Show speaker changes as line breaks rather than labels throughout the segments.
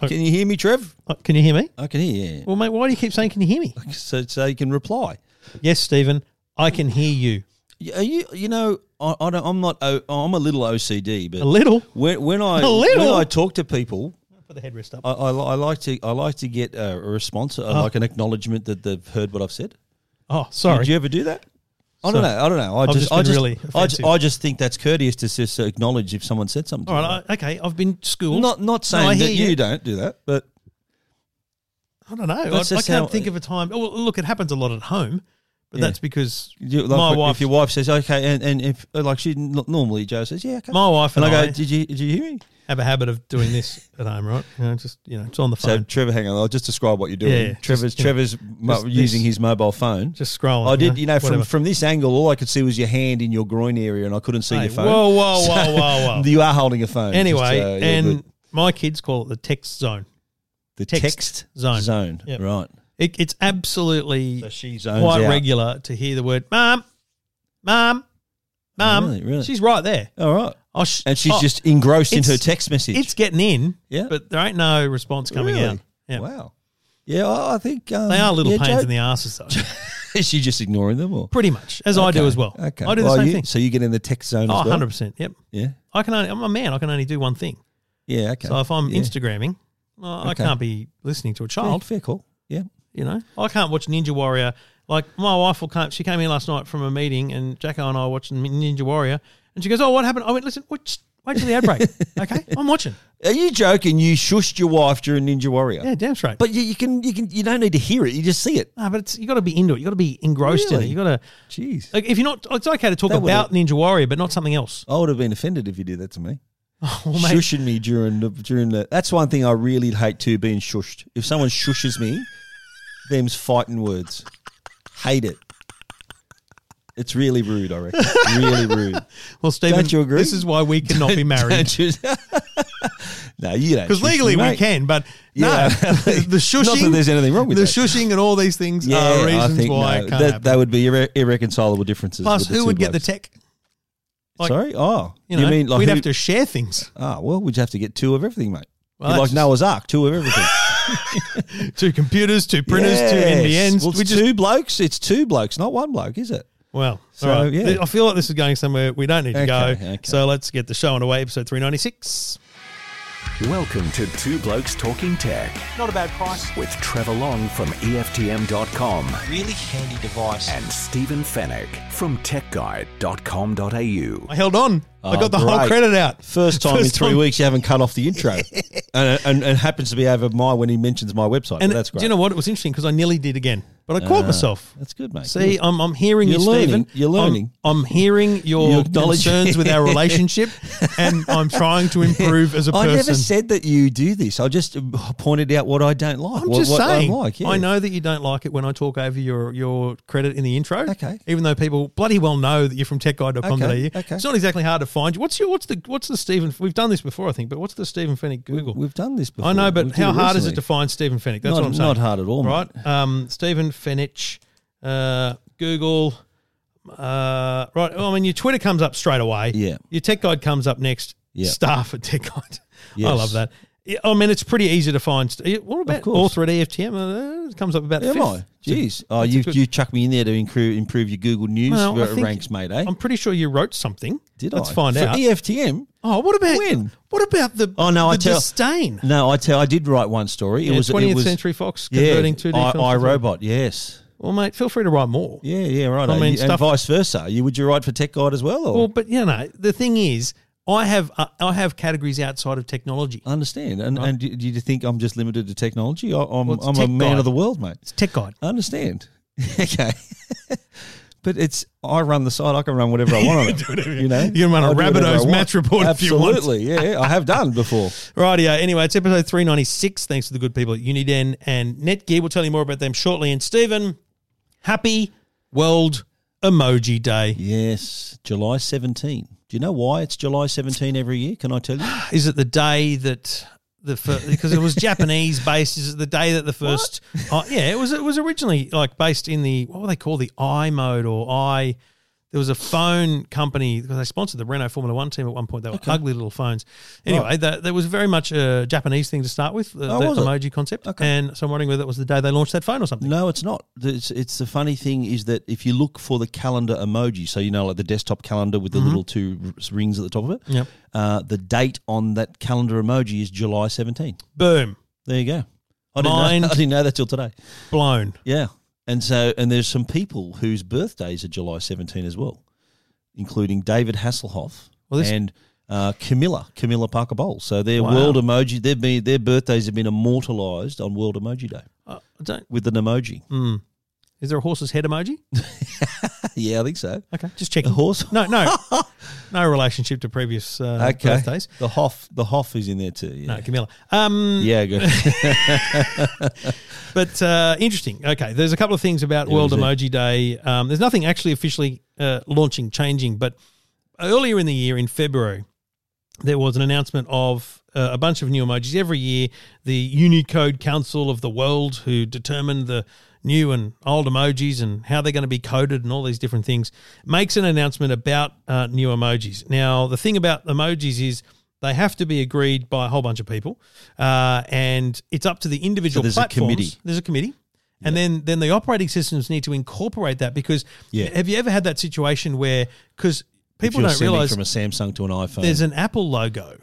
Can you hear me, Trev?
Uh, Can you hear me?
I can hear you.
Well, mate, why do you keep saying, can you hear me?
So, so you can reply.
Yes, Stephen, I can hear you.
Y- Are you, you know, I, I don't, I'm not, o- I'm a little OCD, but
A little.
when, when I
A little?
when I talk to people,
Put the headrest up.
I, I, li- I like to I like to get a, a response, uh, like an acknowledgement that they've heard what I've said.
oh, Uh-huh. sorry.
Did you ever do that? I don't
Sorry.
know. I don't know. I
I've
just,
just
I
been
just,
really
I,
offensive.
just, I just think that's courteous to just acknowledge if someone said something.
All right, I, okay, I've been schooled.
not not
No, I
saying that
hear
you,
you.
don't do that, but
I don't know. I, I
That's
can't
just how-
think of a time. Oh, well, look, it happens a lot at home, but
Yeah.
that's because
you, like,
my
if
wife,
your wife says okay, and, and if like she n- normally Joe says yeah, okay,
my wife
and
and,
I go,
I,
did you did you hear me?
have a habit of doing this at home, right? You know, just you know, it's on the
So
phone,
Trevor, hang on, I'll just describe what you're doing.
Yeah, yeah,
Trevor's
just, you know,
Trevor's mo-
just
using
this-
his mobile phone.
just scrolling.
I did, you know, from,
whatever.
from this angle, all I could see was your hand in your groin area, and I couldn't see
Hey,
your phone.
Whoa, whoa, whoa, whoa, whoa.
You are holding a phone.
anyway,
Just, uh, yeah,
and
good.
my kids call it the text zone.
the text,
text zone.
zone,
Yep.
right?
It, it's absolutely
So she zones
quite
out.
regular to hear the word "mom, mom, mom."
Really, really?
She's right there.
All right,
Oh, sh-
and she's
oh,
just engrossed in
it's-
her text message.
it's getting in,
Yeah.
but there ain't no response coming
Really?
out. Yeah.
Wow. Yeah, I, I think um,
They are little
yeah,
pains
Joe-
in the asses, though.
Is she just ignoring them, or
Pretty much, as I do
Okay,
as well.
Okay,
I do the
Well,
same
you-
thing.
So you get in the text zone
Oh,
as well.
100%. Yep.
Yeah,
I can only, I'm a man. I can only do one thing.
yeah. Okay.
So if I'm
yeah.
Instagramming, well, I
Okay.
can't be listening to a
Yeah,
child.
fair call. Yeah.
You know, I can't watch Ninja Warrior. Like my wife will come. She came in last night from a meeting, and Jacko and I were watching Ninja Warrior, and she goes, "Oh, what happened?" I went, "Listen, wait, just wait till the ad break, okay? I'm watching."
Are you joking? You shushed your wife during Ninja Warrior,
Yeah, damn straight. But
but you, you can you can you don't need to hear it. You just see it.
no, but it's, you got to be into it. You got to be engrossed in
Really?
it. You got to.
Jeez.
Like, if you're not, it's okay to talk
That would've-
about Ninja Warrior, but not something else.
I would have been offended if you did that to me.
Oh, Well, mate,
Shushing me during the during the that's one thing I really hate too being shushed. If someone shushes me, them's fighting words. Hate it. It's really rude, I reckon. Really rude.
well, Stephen,
Don't you agree?
this is why we cannot be married.
Don't you- no, you don't.
Because
shush me,
legally we
mate.
can, but
Yeah.
no, the shushing.
Not that there's anything wrong with
the
that.
shushing and all these things
Yeah,
are
I
reasons
think
why
no.
it can't
that,
happen.
that would be irre- irreconcilable differences.
Plus,
with the
who
two
would get the
blokes.
tech? like-
Sorry? Oh.
You know,
mean like
we'd
who-
have to share things.
Ah, well, we'd have to get two of everything, mate. You're
Well, that's
like Noah's
just-
Ark, two of everything.
Two computers, two printers,
Yes.
two NBNs.
Well,
Well,
it's
we just,
two blokes. It's two blokes, not one bloke, is it?
well
So,
all right.
yeah.
I feel like this is going somewhere we don't need to
Okay,
go.
okay.
So let's get the show underway, episode 396.
Welcome to Two Blokes Talking Tech
Not a bad price.
with Trevor Long from E EFTM.com
Really handy device.
and Stephen Fennec from TechGuide.com.au.
I held on. I
Oh,
got the whole
great.
credit out.
First time
First
in three
time.
weeks you haven't cut off the intro, and, and and happens to be over my when he mentions my website.
And
but that's great.
do you know what? It was interesting because I nearly did again, but I caught
Ah,
myself.
That's good, mate.
See,
Good.
I'm, I'm hearing
You're
you,
learning.
Stephen.
You're
I'm-
learning.
I'm, hearing
You're
your
acknowledging.
concerns with our relationship, and I'm trying to improve as a
I
person.
never said that you do this. I just uh, pointed out what I don't like.
I'm
what,
just
what
saying.
I like. Yeah.
I know that you don't like it when I talk over your, your credit in the intro.
Okay.
Even though people bloody well know that you're from techguide.com.au.
Okay, okay.
It's not exactly hard to find you. What's your what's the what's the Stephen? We've done this before, I think. But what's the Stephen Fennick Google?
We've done this before.
I know, but
We did
how hard is it to
recently.
find Stephen Fennick? That's
Not-
what I'm saying.
not hard at all, mate.
right? Um, Stephen Fennick, uh, Google. Uh, right. Well, I mean, your Twitter comes up straight away.
Yeah.
Your Tech Guide comes up next.
Yeah.
Staff at Tech Guide. I
Yes.
love that. Yeah, I mean, it's pretty easy to find. st- yeah, What about
course.
author at EFTM? Uh, it comes up about
Am
fifth.
I? Jeez. Oh,
That's a
you
good-
you chuck me in there to improve improve your Google News
Well, I
ra-
think-
ranks, mate. Eh?
I'm pretty sure you wrote something.
Did
Let's
I?
find
For E
out.
EFTM.
oh, what about
When?
What about the?
Oh, no,
the
I tell-
disdain.
No, I tell. I did write one story. It
Yeah,
was
20th
it was,
Century Fox converting
yeah,
to
I, I robot. Yes.
Well, mate, feel free to write more.
Yeah, yeah, right. I
mean,
mean, and
stuff-
vice versa. You would you write for Tech Guide as well? Or
Well, but you know, the thing is, I have uh, I have categories outside of technology.
I understand. And and do do you think I'm just limited to technology? I, I'm
Well, it's
I'm
Tech
a man
Guide.
of the world, mate.
It's tech guide.
I understand. okay. But it's I run the site. I can run whatever I want on it. you know,
you can run a
I'll do whatever
Rabbitohs
I want.
match report if you want.
Absolutely, yeah, yeah, I have done before.
Righty, anyway, it's episode 396. Thanks to the good people at Uniden and Netgear. We'll tell you more about them shortly. And Stephen, happy World Emoji Day.
Yes, July 17. Do you know why it's July 17 every year? Can I tell you?
Is it the day that the first, because it was Japanese based, is it the day that the first, oh, yeah, it was, it was originally like based in the, what were they called? The I mode or I, There was a phone company because they sponsored the Renault Formula One team at one point. They were ugly little phones. Anyway, that, that was very much a Japanese thing to start with, the,
Oh,
the
was it?
emoji concept.
Okay.
And so I'm wondering whether it was the day they launched that phone or something.
No, it's not. It's, it's the funny thing is that if you look for the calendar emoji, so you know, like the desktop calendar with the
Mm-hmm.
little two r- rings at the top of it,
Yep.
uh, the date on that calendar emoji is July 17.
Boom,
There you go. I didn't,
Mind-
know, I didn't know that till today.
blown.
Yeah. And so, and there's some people whose birthdays are July 17 as well, including David Hasselhoff
Well, this-
and uh, Camilla, Camilla Parker Bowles. So their
Wow.
world emoji, they've been, their birthdays have been immortalized on World Emoji Day
Uh, I don't,
with an emoji.
Hmm. is there a horse's head emoji?
yeah, I think so.
Okay, just checking.
The horse.
No, no, no relationship to previous uh,
Okay.
birthdays.
The Hoff, the Hoff is in there too. Yeah.
No, Camilla. Um,
Yeah, good.
But uh, interesting. Okay, there's a couple of things about World
is it?
Emoji Day. Um, there's nothing actually officially uh, launching, changing, but earlier in the year, in February, there was an announcement of uh, a bunch of new emojis. Every year, the Unicode Council of the World, who determine the new and old emojis and how they're going to be coded and all these different things, makes an announcement about uh, new emojis. Now, the thing about emojis is they have to be agreed by a whole bunch of people, uh, and it's up to the individual
there's a
platforms.
committee.
There's a committee. And then, then the operating systems need to incorporate that because
Yeah.
have you ever had that situation where because people
You're
don't
sending
realize
from a Samsung to an iPhone.
there's an Apple logo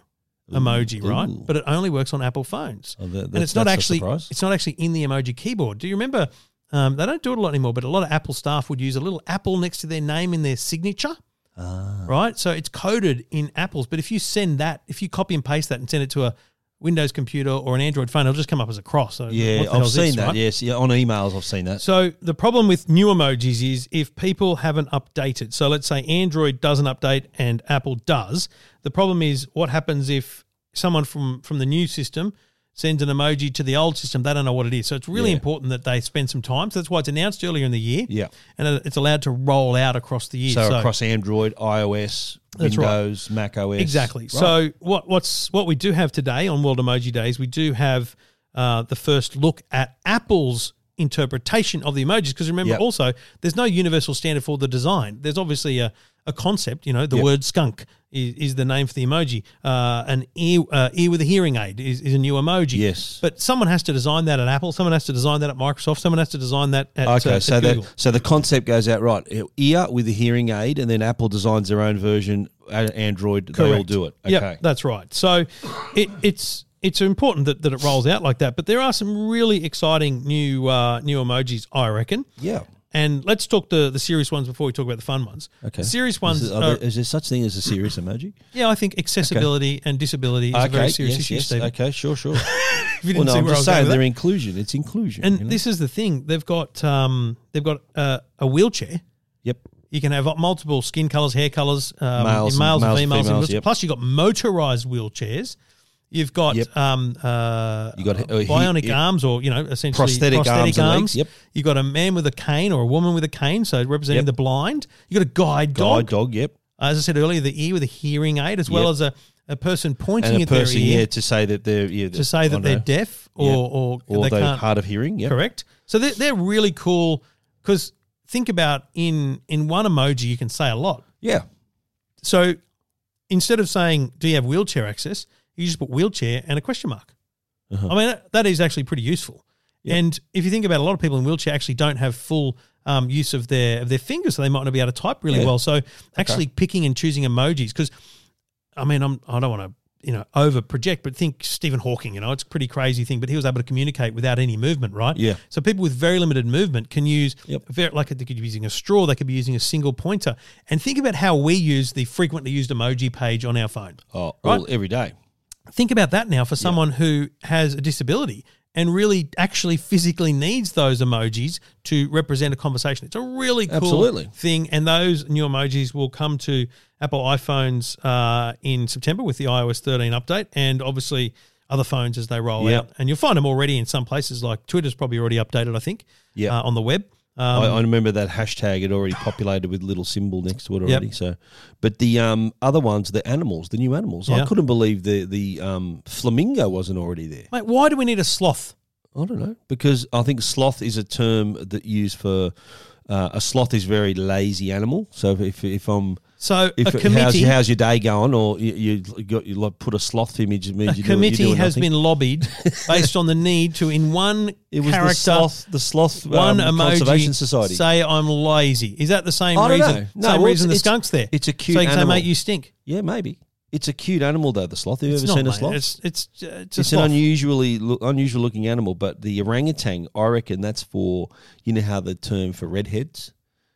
emoji, right?
ooh.
But it only works on Apple phones,
Oh, that-
and
that-
it's not
that's a
actually
surprise.
it's not actually in the emoji keyboard. Do you remember? Um, they don't do it a lot anymore, but a lot of Apple staff would use a little apple next to their name in their signature,
Ah.
right? So it's coded in apples. But if you send that, if you copy and paste that and send it to a Windows computer or an Android phone, it'll just come up as a cross. So what
yeah,
the
I've
hell's
seen
this,
that.
right?
Yes, yeah, on emails I've seen that.
So the problem with new emojis is if people haven't updated. So let's say Android doesn't update and Apple does. The problem is what happens if someone from from the new system sends an emoji to the old system. They don't know what it is. So it's really
Yeah.
important that they spend some time. So that's why it's announced earlier in the year.
Yeah.
and it's allowed to roll out across the year.
So, across Android, iOS,
That's right.
Windows, Mac OS.
Exactly.
Right.
So what what's what we do have today on World Emoji Days, we do have uh, the first look at Apple's interpretation of the emojis. Because remember,
Yep.
also there's no universal standard for the design. There's obviously a, a concept. You know, the word skunk is, is the name for the emoji. Uh, an ear uh, ear with a hearing aid is, is a new emoji.
Yes.
But someone has to design that at Apple. Someone has to design that at Microsoft. Someone has to design that at
okay,
uh,
so
at Google.
that so the concept goes out right. Ear with a hearing aid, and then Apple designs their own version. A- Android, they all
Correct.
do it. Okay.
Yep, that's right. So it, it's it's important that, that it rolls out like that. But there are some really exciting new uh, new emojis, I reckon.
yeah.
And let's talk the the serious ones before we talk about the fun ones.
Okay.
The serious
Is,
ones.
there-
are-
are there, is there such thing as a serious emoji?
yeah, I think accessibility and disability is a very serious issue, Stephen.
Okay, sure, sure.
If you
well,
didn't
no,
see
I'm
where I
just
was going
saying
with
their
that.
inclusion. It's inclusion.
and
you know?
this is the thing. They've got um, they've got uh, a wheelchair.
yep.
You can have multiple skin colors, hair colors, um,
Males and-
in males, and
males,
females. in
females,
wheelchairs.
yep.
Plus, you've got motorized wheelchairs. You've got
Yep.
um, uh,
You got, uh, he-
bionic
yep.
arms, or you know, essentially prosthetic,
Prosthetic arms
arms.
and legs, yep.
You've got a man with a cane or a woman with a cane, so representing
Yep.
the blind. You've got a guide
Guide
dog. Uh,
dog. Yep.
As I said earlier, the ear with a hearing aid, as well
Yep.
as a, a person pointing
And a
at
person,
their ear
yeah, to say that they're yeah,
to say that they're deaf or or,
or
they
they're
can't
hard of hearing. Yep.
correct? So they're, they're really cool because think about in in one emoji you can say a lot.
Yeah.
So instead of saying, "Do you have wheelchair access?" you just put wheelchair and a question mark.
Uh-huh.
I mean, that, that is actually pretty useful. And if you think about it, a lot of people in wheelchair actually don't have full um, use of their of their fingers, so they might not be able to type really
Yeah.
well. So actually picking and choosing emojis, because I mean, I'm I don't want to you know over project, but think Stephen Hawking. You know, it's a pretty crazy thing, but he was able to communicate without any movement, right?
Yeah.
So people with very limited movement can use
Yep.
ver- like they could be using a straw, they could be using a single pointer, and think about how we use the frequently used emoji page on our phone.
Oh,
Right.
all, every day.
Think about that now for someone who has a disability and really actually physically needs those emojis to represent a conversation. It's a really cool
Absolutely.
thing, and those new emojis will come to Apple iPhones uh, in September with the iOS 13 update, and obviously other phones as they roll
Yeah.
out. And you'll find them already in some places, like Twitter's probably already updated, I think,
Yeah. Oh.
uh, on the web.
I,
Um,
I remember that hashtag had already populated with little symbol next to it
Yep.
already. So, but the um, other ones, the animals, the new animals,
Yeah.
I couldn't believe the the um, flamingo wasn't already there.
mate, why do we need a sloth?
I don't know because I think sloth is a term that used for Uh, a sloth is a very lazy animal. So if if I'm
So
if
a
how's,
committee,
how's your day going, or you, you got you like put a sloth image, it means you
a
do- you're
committee
doing
has
nothing.
been lobbied based on the need to, in one
It was
character,
the sloth, the sloth
one
um,
emoji,
conservation society.
say I'm lazy. Is that the same
I don't
reason?
know. No,
same
well,
reason the
it's-
skunk's there.
it's a cute
So you can say,
animal.
mate, you stink.
yeah, maybe it's a cute animal though. The sloth. Have you
it's
ever
not,
seen a
mate.
sloth?
It's it's uh, it's, a
It's
sloth.
an unusually look, unusual looking animal, but the orangutan, I reckon that's for you know how the term for redheads,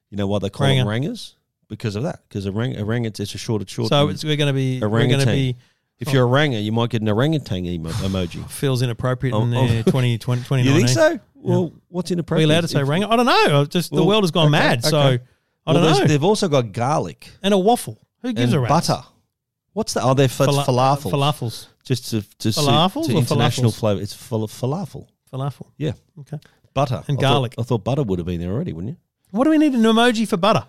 you know why they call them rangas because of that because orang orangutan it's a shorter short.
So it's, we're going to be we're going to
Orangutan.
be
if you're a ranger, you might get an orangutan emo- emoji.
feels inappropriate in
Oh, oh.
the 20, 20,
you
2019.
think so? Well, what's
Are we
inappropriate?
allowed to say
If-
rango? I don't know. I Just the
Well,
world has gone
okay,
mad. So
okay.
I
Well,
don't
there's-
know.
They've also got garlic
And a waffle. Who gives
and
a rat's?
butter. What's that? Oh, they're fa-
Fala-
falafel.
Falafels.
Just to, to suit-
Falafels
to
or
international
falafels?
flavor. It's fal- falafel.
Falafel.
Yeah,
Okay.
butter
And
I thought-
garlic.
I thought butter would have been there already, wouldn't you?
What do we need an emoji for butter?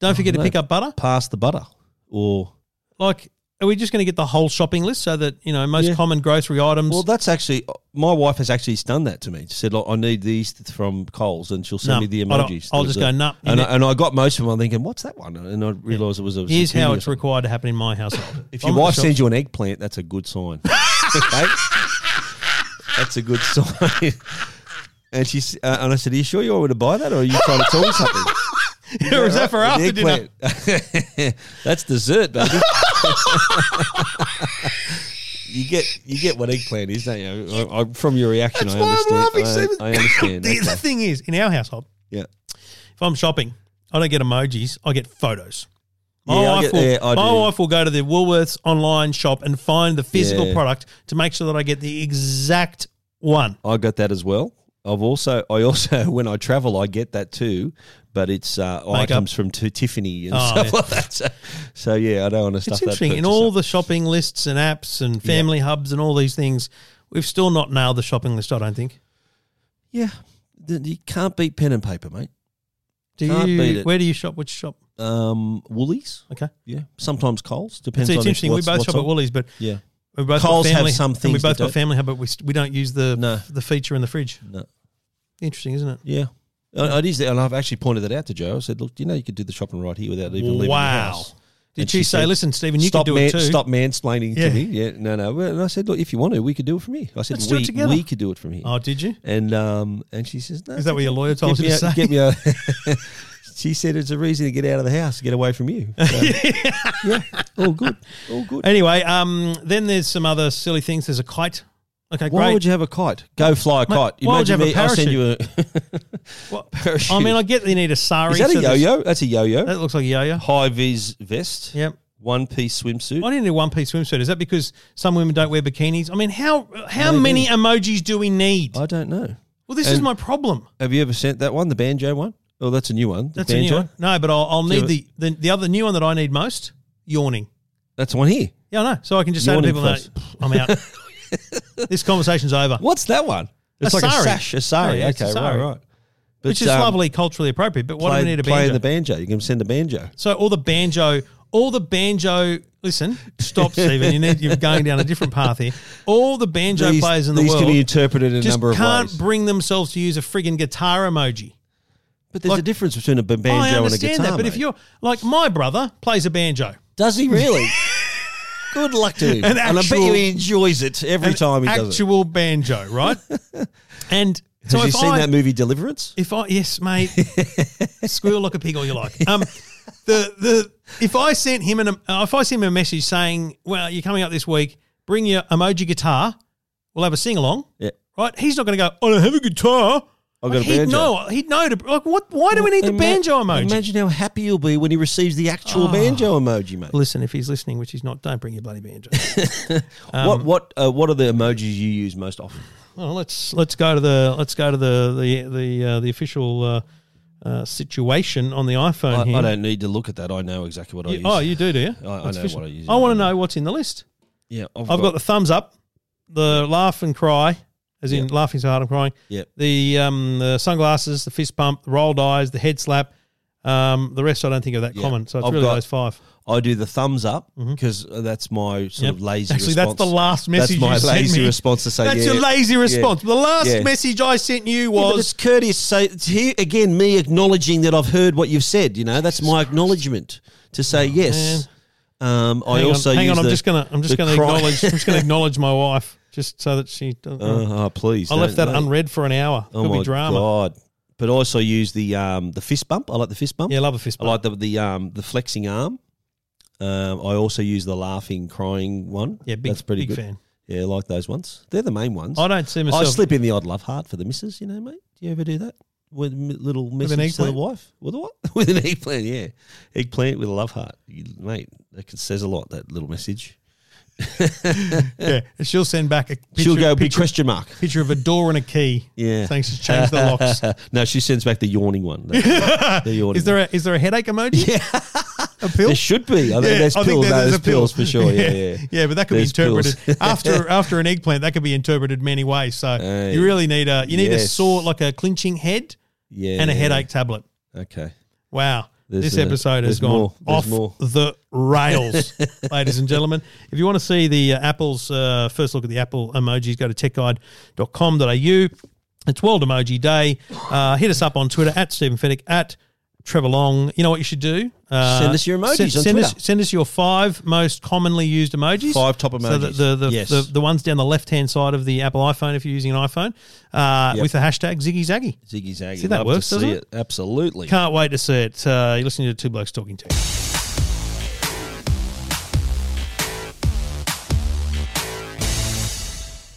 Don't forget
no.
to pick up butter.
Pass the butter or
Like, are we just going to get the whole shopping list so that you know most
Yeah.
common grocery items?
Well, that's actually my wife has actually done that to me. She said, "Look, I need these th- from Coles," and she'll send
No,
me the
I don't-
emojis.
I'll just
There's a-
go, "Nah, you
And,
need-
I, and I got most of them. I'm thinking, "What's that one?" And I realised it was a.
Here's
zucchini
how
or
it's
something.
required to happen in my household.
If your
I'm at the
wife
shop-
sends you an eggplant, that's a good sign. okay? That's a good sign. and she s- uh, and I said, "Are you sure you want me to buy that, or are you trying to tell me something?"
or is that for
An
after dinner?
eggplant. That's dessert, baby. you get you get what eggplant is, don't you? I, I, from your reaction,
That's
I
why I'm
understand.
laughing,
I-
Stephen.
I, understand.
The, the
Okay.
thing is, in our household,
Yeah.
if I'm shopping, I don't get emojis. I get photos.
Yeah,
My,
I
wife,
get-
will,
yeah, I
my
do.
wife will go to the Woolworths online shop and find the physical
Yeah.
product to make sure that I get the exact one.
I got that as well. I've also I also when I travel, I get that too. But it's uh, items from t- Tiffany and
Oh,
stuff
yeah.
like that. So, so, yeah, I don't want to stuff
It's interesting.
that.
In all the shopping lists and apps and family hubs and all these things, we've still not nailed the shopping list, I don't think.
yeah, Th- you can't beat pen and paper, mate.
Do
Can't
you
beat it.
where do you shop? Which shop?
Um, Woolies,
Okay.
yeah, sometimes Coles. Depends
So
on
it's
if
interesting.
what's-
we both
what's
shop
on.
at Woolies, but
Yeah,
we both got
Coles have
family,
some
and
things
We both
that
got
don't-
family hub, but we, st- we don't use the
No.
the feature in the fridge.
no.
Interesting, isn't it?
Yeah. And It is, there, and I've actually pointed that out to Joe. I said, "Look, you know, you could do the shopping right here without even leaving the
wow.
house."
Did
And
she,
she
say,
said,
"Listen, Stephen, you
stop,
can do
man-
it too"?
stop mansplaining
Yeah.
to me. Yeah, no, no. Well, And I said, "Look, if you want to, we could do it from here." I said,
Let's do it
"We,
together."
we could do it from here."
Oh, did you?
And um, and she says, "No."
Is that what your lawyer told
get
you to
me
say?
out- get me out. she said, "It's a reason to get out of the house, get away from you." So, yeah, all good, all good.
Anyway, um, then there's some other silly things. There's a kite. Okay,
Why
great.
would you have a kite? Go fly a
Mate,
kite.
why would you
Imagine me,
have a
I'll send you
What-
a parachute.
I mean, I get that you need a sari.
is that
so
a
there's-
yo-yo? That's a yo-yo.
That looks like a yo-yo.
High vis vest.
Yep.
One piece swimsuit.
Why do you need a one-piece swimsuit? Is that because some women don't wear bikinis? I mean, how how
Maybe.
many emojis do we need?
I don't know.
Well, this is
and-
my problem.
Have you ever sent that one, the banjo one? Oh, that's a new one. The
That's
banjo.
a new one. No, but I'll, I'll
you
need the, the the other new one that I need most. Yawning.
That's the one here.
Yeah, I know. So I can just say to
Yawning
people, no,
press.
pff, I'm out. this conversation's over.
What's that one? It's
A
like
sari.
a sash, a sari.
Yeah, it's a
okay,
sari.
right, right. But,
Which is
um,
lovely, culturally appropriate. But what
play,
do we need a
play
banjo?
the banjo. You can send a banjo.
so all the banjo, all the banjo. Listen, stop, Stephen. You need, you're going down a different path here. All the banjo
these
players in the
these
world
can be interpreted in a
just
number of
can't
ways.
bring themselves to use a friggin' guitar emoji.
but there's
like-
a difference between a b-
Oh, I
banjo and a
understand
guitar.
that, but if
mate.
you're like my brother plays a banjo,
does he really? Good luck to him.
An
and I bet
actual-
you he enjoys it every
an
time he does it.
actual banjo, right? and so
Have you
if
seen
I
that movie Deliverance?
if I yes, mate, squeal like a pig all you like. Um, the the if I sent him an uh, if I sent him a message saying, "Well, you're coming up this week. Bring your emoji guitar. We'll have a sing along."
Yeah.
Right? He's not going to go. I don't have a guitar.
I've got a
he'd
banjo.
know. He'd know. To, like, what? Why do we need the
Ima-
banjo emoji? Oh.
Imagine how happy he'll be when he receives the actual banjo emoji, mate.
Listen, if he's listening, which he's not, don't bring your bloody banjo. Um,
what what uh, what are the emojis you use most often?
Well, let's let's go to the let's go to the the the uh, the official uh, uh, situation on the iPhone
I,
here.
I don't need to look at that. I know exactly what I
You-
use.
oh, you do, do you?
I- I
That's
know
official.
what I use.
I want to know what's in the list.
yeah,
I've got the thumbs up, the laugh and cry, as in laughing so hard I'm crying.
Yep.
The um the sunglasses, the fist pump, the rolled eyes, the head slap. Um, the rest I don't think are that
Yeah.
common, so it's
I've
really
got-
those five.
I do the thumbs up because that's my sort
Mm-hmm. Yep.
of lazy.
Actually,
response.
that's the last
That's
message
my
you sent
lazy
me.
response to say.
That's
yeah,
your lazy
yeah.
response. The last
Yeah.
message I sent you
Yeah, but
was
it's courteous. So it's here again, me acknowledging that I've heard what you've said. You know, that's my acknowledgement to say yes. Um, I
Oh, Hang
also
on, hang
use
on. I'm
the-
just gonna I'm just
the
gonna
cry-
acknowledge I'm just gonna acknowledge my wife just so that she doesn't.
Uh, oh, please!
I left
don't,
that
mate.
unread for an hour.
Oh
Could
my
be drama.
god! But also use the um, the fist bump. I like the fist bump.
Yeah, love a fist
I
bump.
like the the um, the flexing arm. Um, I also use the laughing, crying one.
yeah, big,
That's pretty
big
good.
fan.
Yeah, I like those ones. They're the main ones.
I don't see
I
myself.
slip in the odd love heart for the missus, you know, mate. Do you ever do that? With m- little
an
message to the
eggplant?
wife? With a what? with an eggplant, yeah. Eggplant with a love heart. You, mate, that could- says a lot, that little message.
yeah, and she'll send back a picture,
She'll go, big
picture,
question mark.
picture of a door and a key.
Yeah.
Thanks to change the locks.
Uh, no, she sends back the yawning one. The yawning
Is there a is there a headache emoji? Yeah. A pill?
There should be. I think there's
I
pills. no,
there's
there's,
a pill.
pills for sure. Yeah, yeah.
yeah, but that could
There's
be interpreted
pills.
after after an eggplant. That could be interpreted many ways. So
Hey.
you really need a you need a
Yes.
sore like a clinching head
yeah.
and a headache tablet.
Okay.
Wow.
There's
this
a-
episode has
there's
gone
more, there's
off
more.
the rails, ladies and gentlemen. If you want to see the uh, Apple's uh, first look at the Apple emojis, go to techguide.com.au. It's World Emoji Day. Uh, hit us up on Twitter at Stephen Fennick, at Trevor Long. You know what you should do? Uh,
Send us your emojis
Send,
on
send us,
Twitter.
send us your five most commonly used emojis.
Five top
So the,
emojis.
the, the,
Yes.
the, the ones down the left hand side of the Apple iPhone, if you're using an iPhone, uh,
Yep.
with the hashtag Ziggy Zaggy.
Ziggy zaggy.
See, that
Love
works,
to see
doesn't
it. Absolutely.
Can't wait to see it. Uh, you're listening to Two Blokes Talking Tech.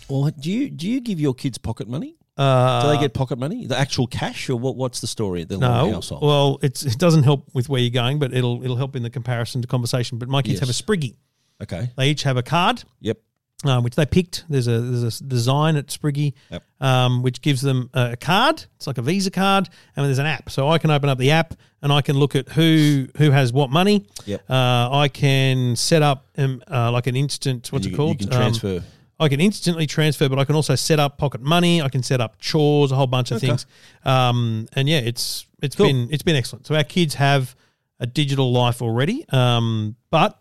Well, do you do you give your kids pocket money?
Uh,
Do they get pocket money, the actual cash, or what? What's the story at the
no,
household?
well, it's it doesn't help with where you're going, but it'll it'll help in the comparison to conversation. But my kids
Yes.
have a Spriggy.
okay.
They each have a card,
Yep.
uh, which they picked. There's a there's a design at Spriggy,
Yep.
um, which gives them a a card. It's like a Visa card, and there's an app. So I can open up the app and I can look at who who has what money.
Yep.
Uh, I can set up um, uh, like an instant. What's
you,
it
can-
called?
You can
Um,
transfer.
I can instantly transfer, but I can also set up pocket money. I can set up chores, a whole bunch of things. Um, and yeah, it's it's
Cool.
been it's been excellent. So our kids have a digital life already, um, but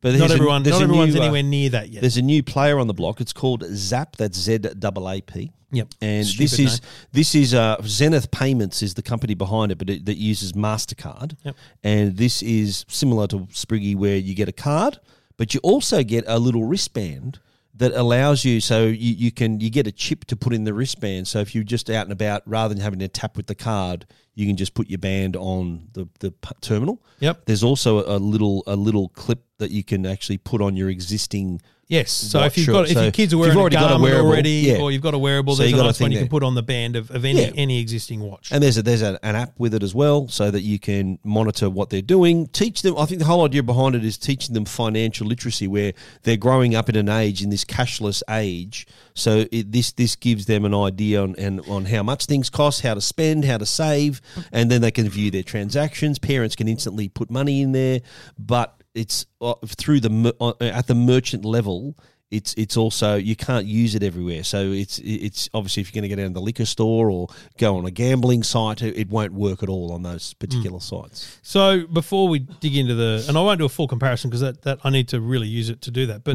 but
not
there's a-
everyone
there's
not
a
everyone's
new, uh,
anywhere near that yet.
There's a new player on the block. It's called Zap. That's Z double A P.
Yep.
And
Stupid
this is
name.
this is uh, Zenith Payments is the company behind it, but it, that uses Mastercard.
Yep.
And this is similar to Spriggy, where you get a card, but you also get a little wristband that allows you. So you, you can you get a chip to put in the wristband. So if you're just out and about, rather than having to tap with the card, you can just put your band on the the p- terminal.
Yep.
There's also a, a little a little clip that you can actually put on your existing.
Yes. So
Watch
if you've
shop.
got if
So
your kids are
if you've
wearing a
already got a
garment
wearable,
already,
yeah.
or you've got a wearable,
So
there's
you
a
got a
nice one
thing
you can
there.
put on the band of, of any
Yeah.
any existing watch.
And there's a, there's a, an app with it as well, so that you can monitor what they're doing. Teach them. I think the whole idea behind it is teaching them financial literacy, where they're growing up in an age in this cashless age. So it, this this gives them an idea on and on how much things cost, how to spend, how to save, and then they can view their transactions. Parents can instantly put money in there, but it's uh, through the mer- uh, at the merchant level it's it's also you can't use it everywhere. So it's it's obviously if you're going to go down to the liquor store or go on a gambling site, it, it won't work at all on those
Mm.
particular sites.
So before we dig into the, and I won't do a full comparison because that, that I need to really use it to do that. But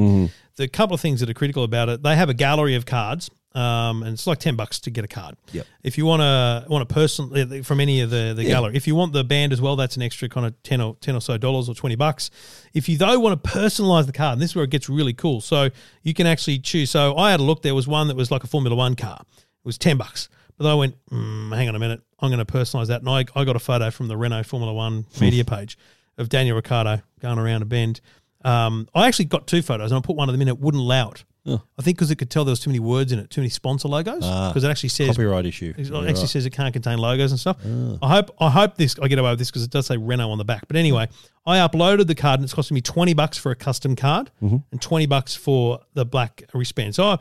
the couple of things that are critical about it, they have a gallery of cards, um, and it's like ten bucks to get a card.
Yep.
If you want to want a person uh, from any of the, the gallery, if you want the band as well, that's an extra kind of ten or ten or so dollars or twenty bucks. If you though want to personalize the card, and this is where it gets really cool. So you can actually choose. So I had a look. There was one that was like a Formula One car. It was ten bucks. But then I went, mm, hang on a minute, I'm going to personalise that. And I, I got a photo from the Renault Formula One media page of Daniel Ricciardo going around a bend. Um, I actually got two photos and I put one of them in. It wouldn't allow it. I think because it could tell there was too many words in it, too many sponsor logos. Because it actually says
Copyright issue.
it actually says it can't contain logos and stuff. I hope I hope this I get away with this because it does say Renault on the back. But anyway, I uploaded the card and it's costing me twenty bucks for a custom card and twenty bucks for the black wristband. So, I,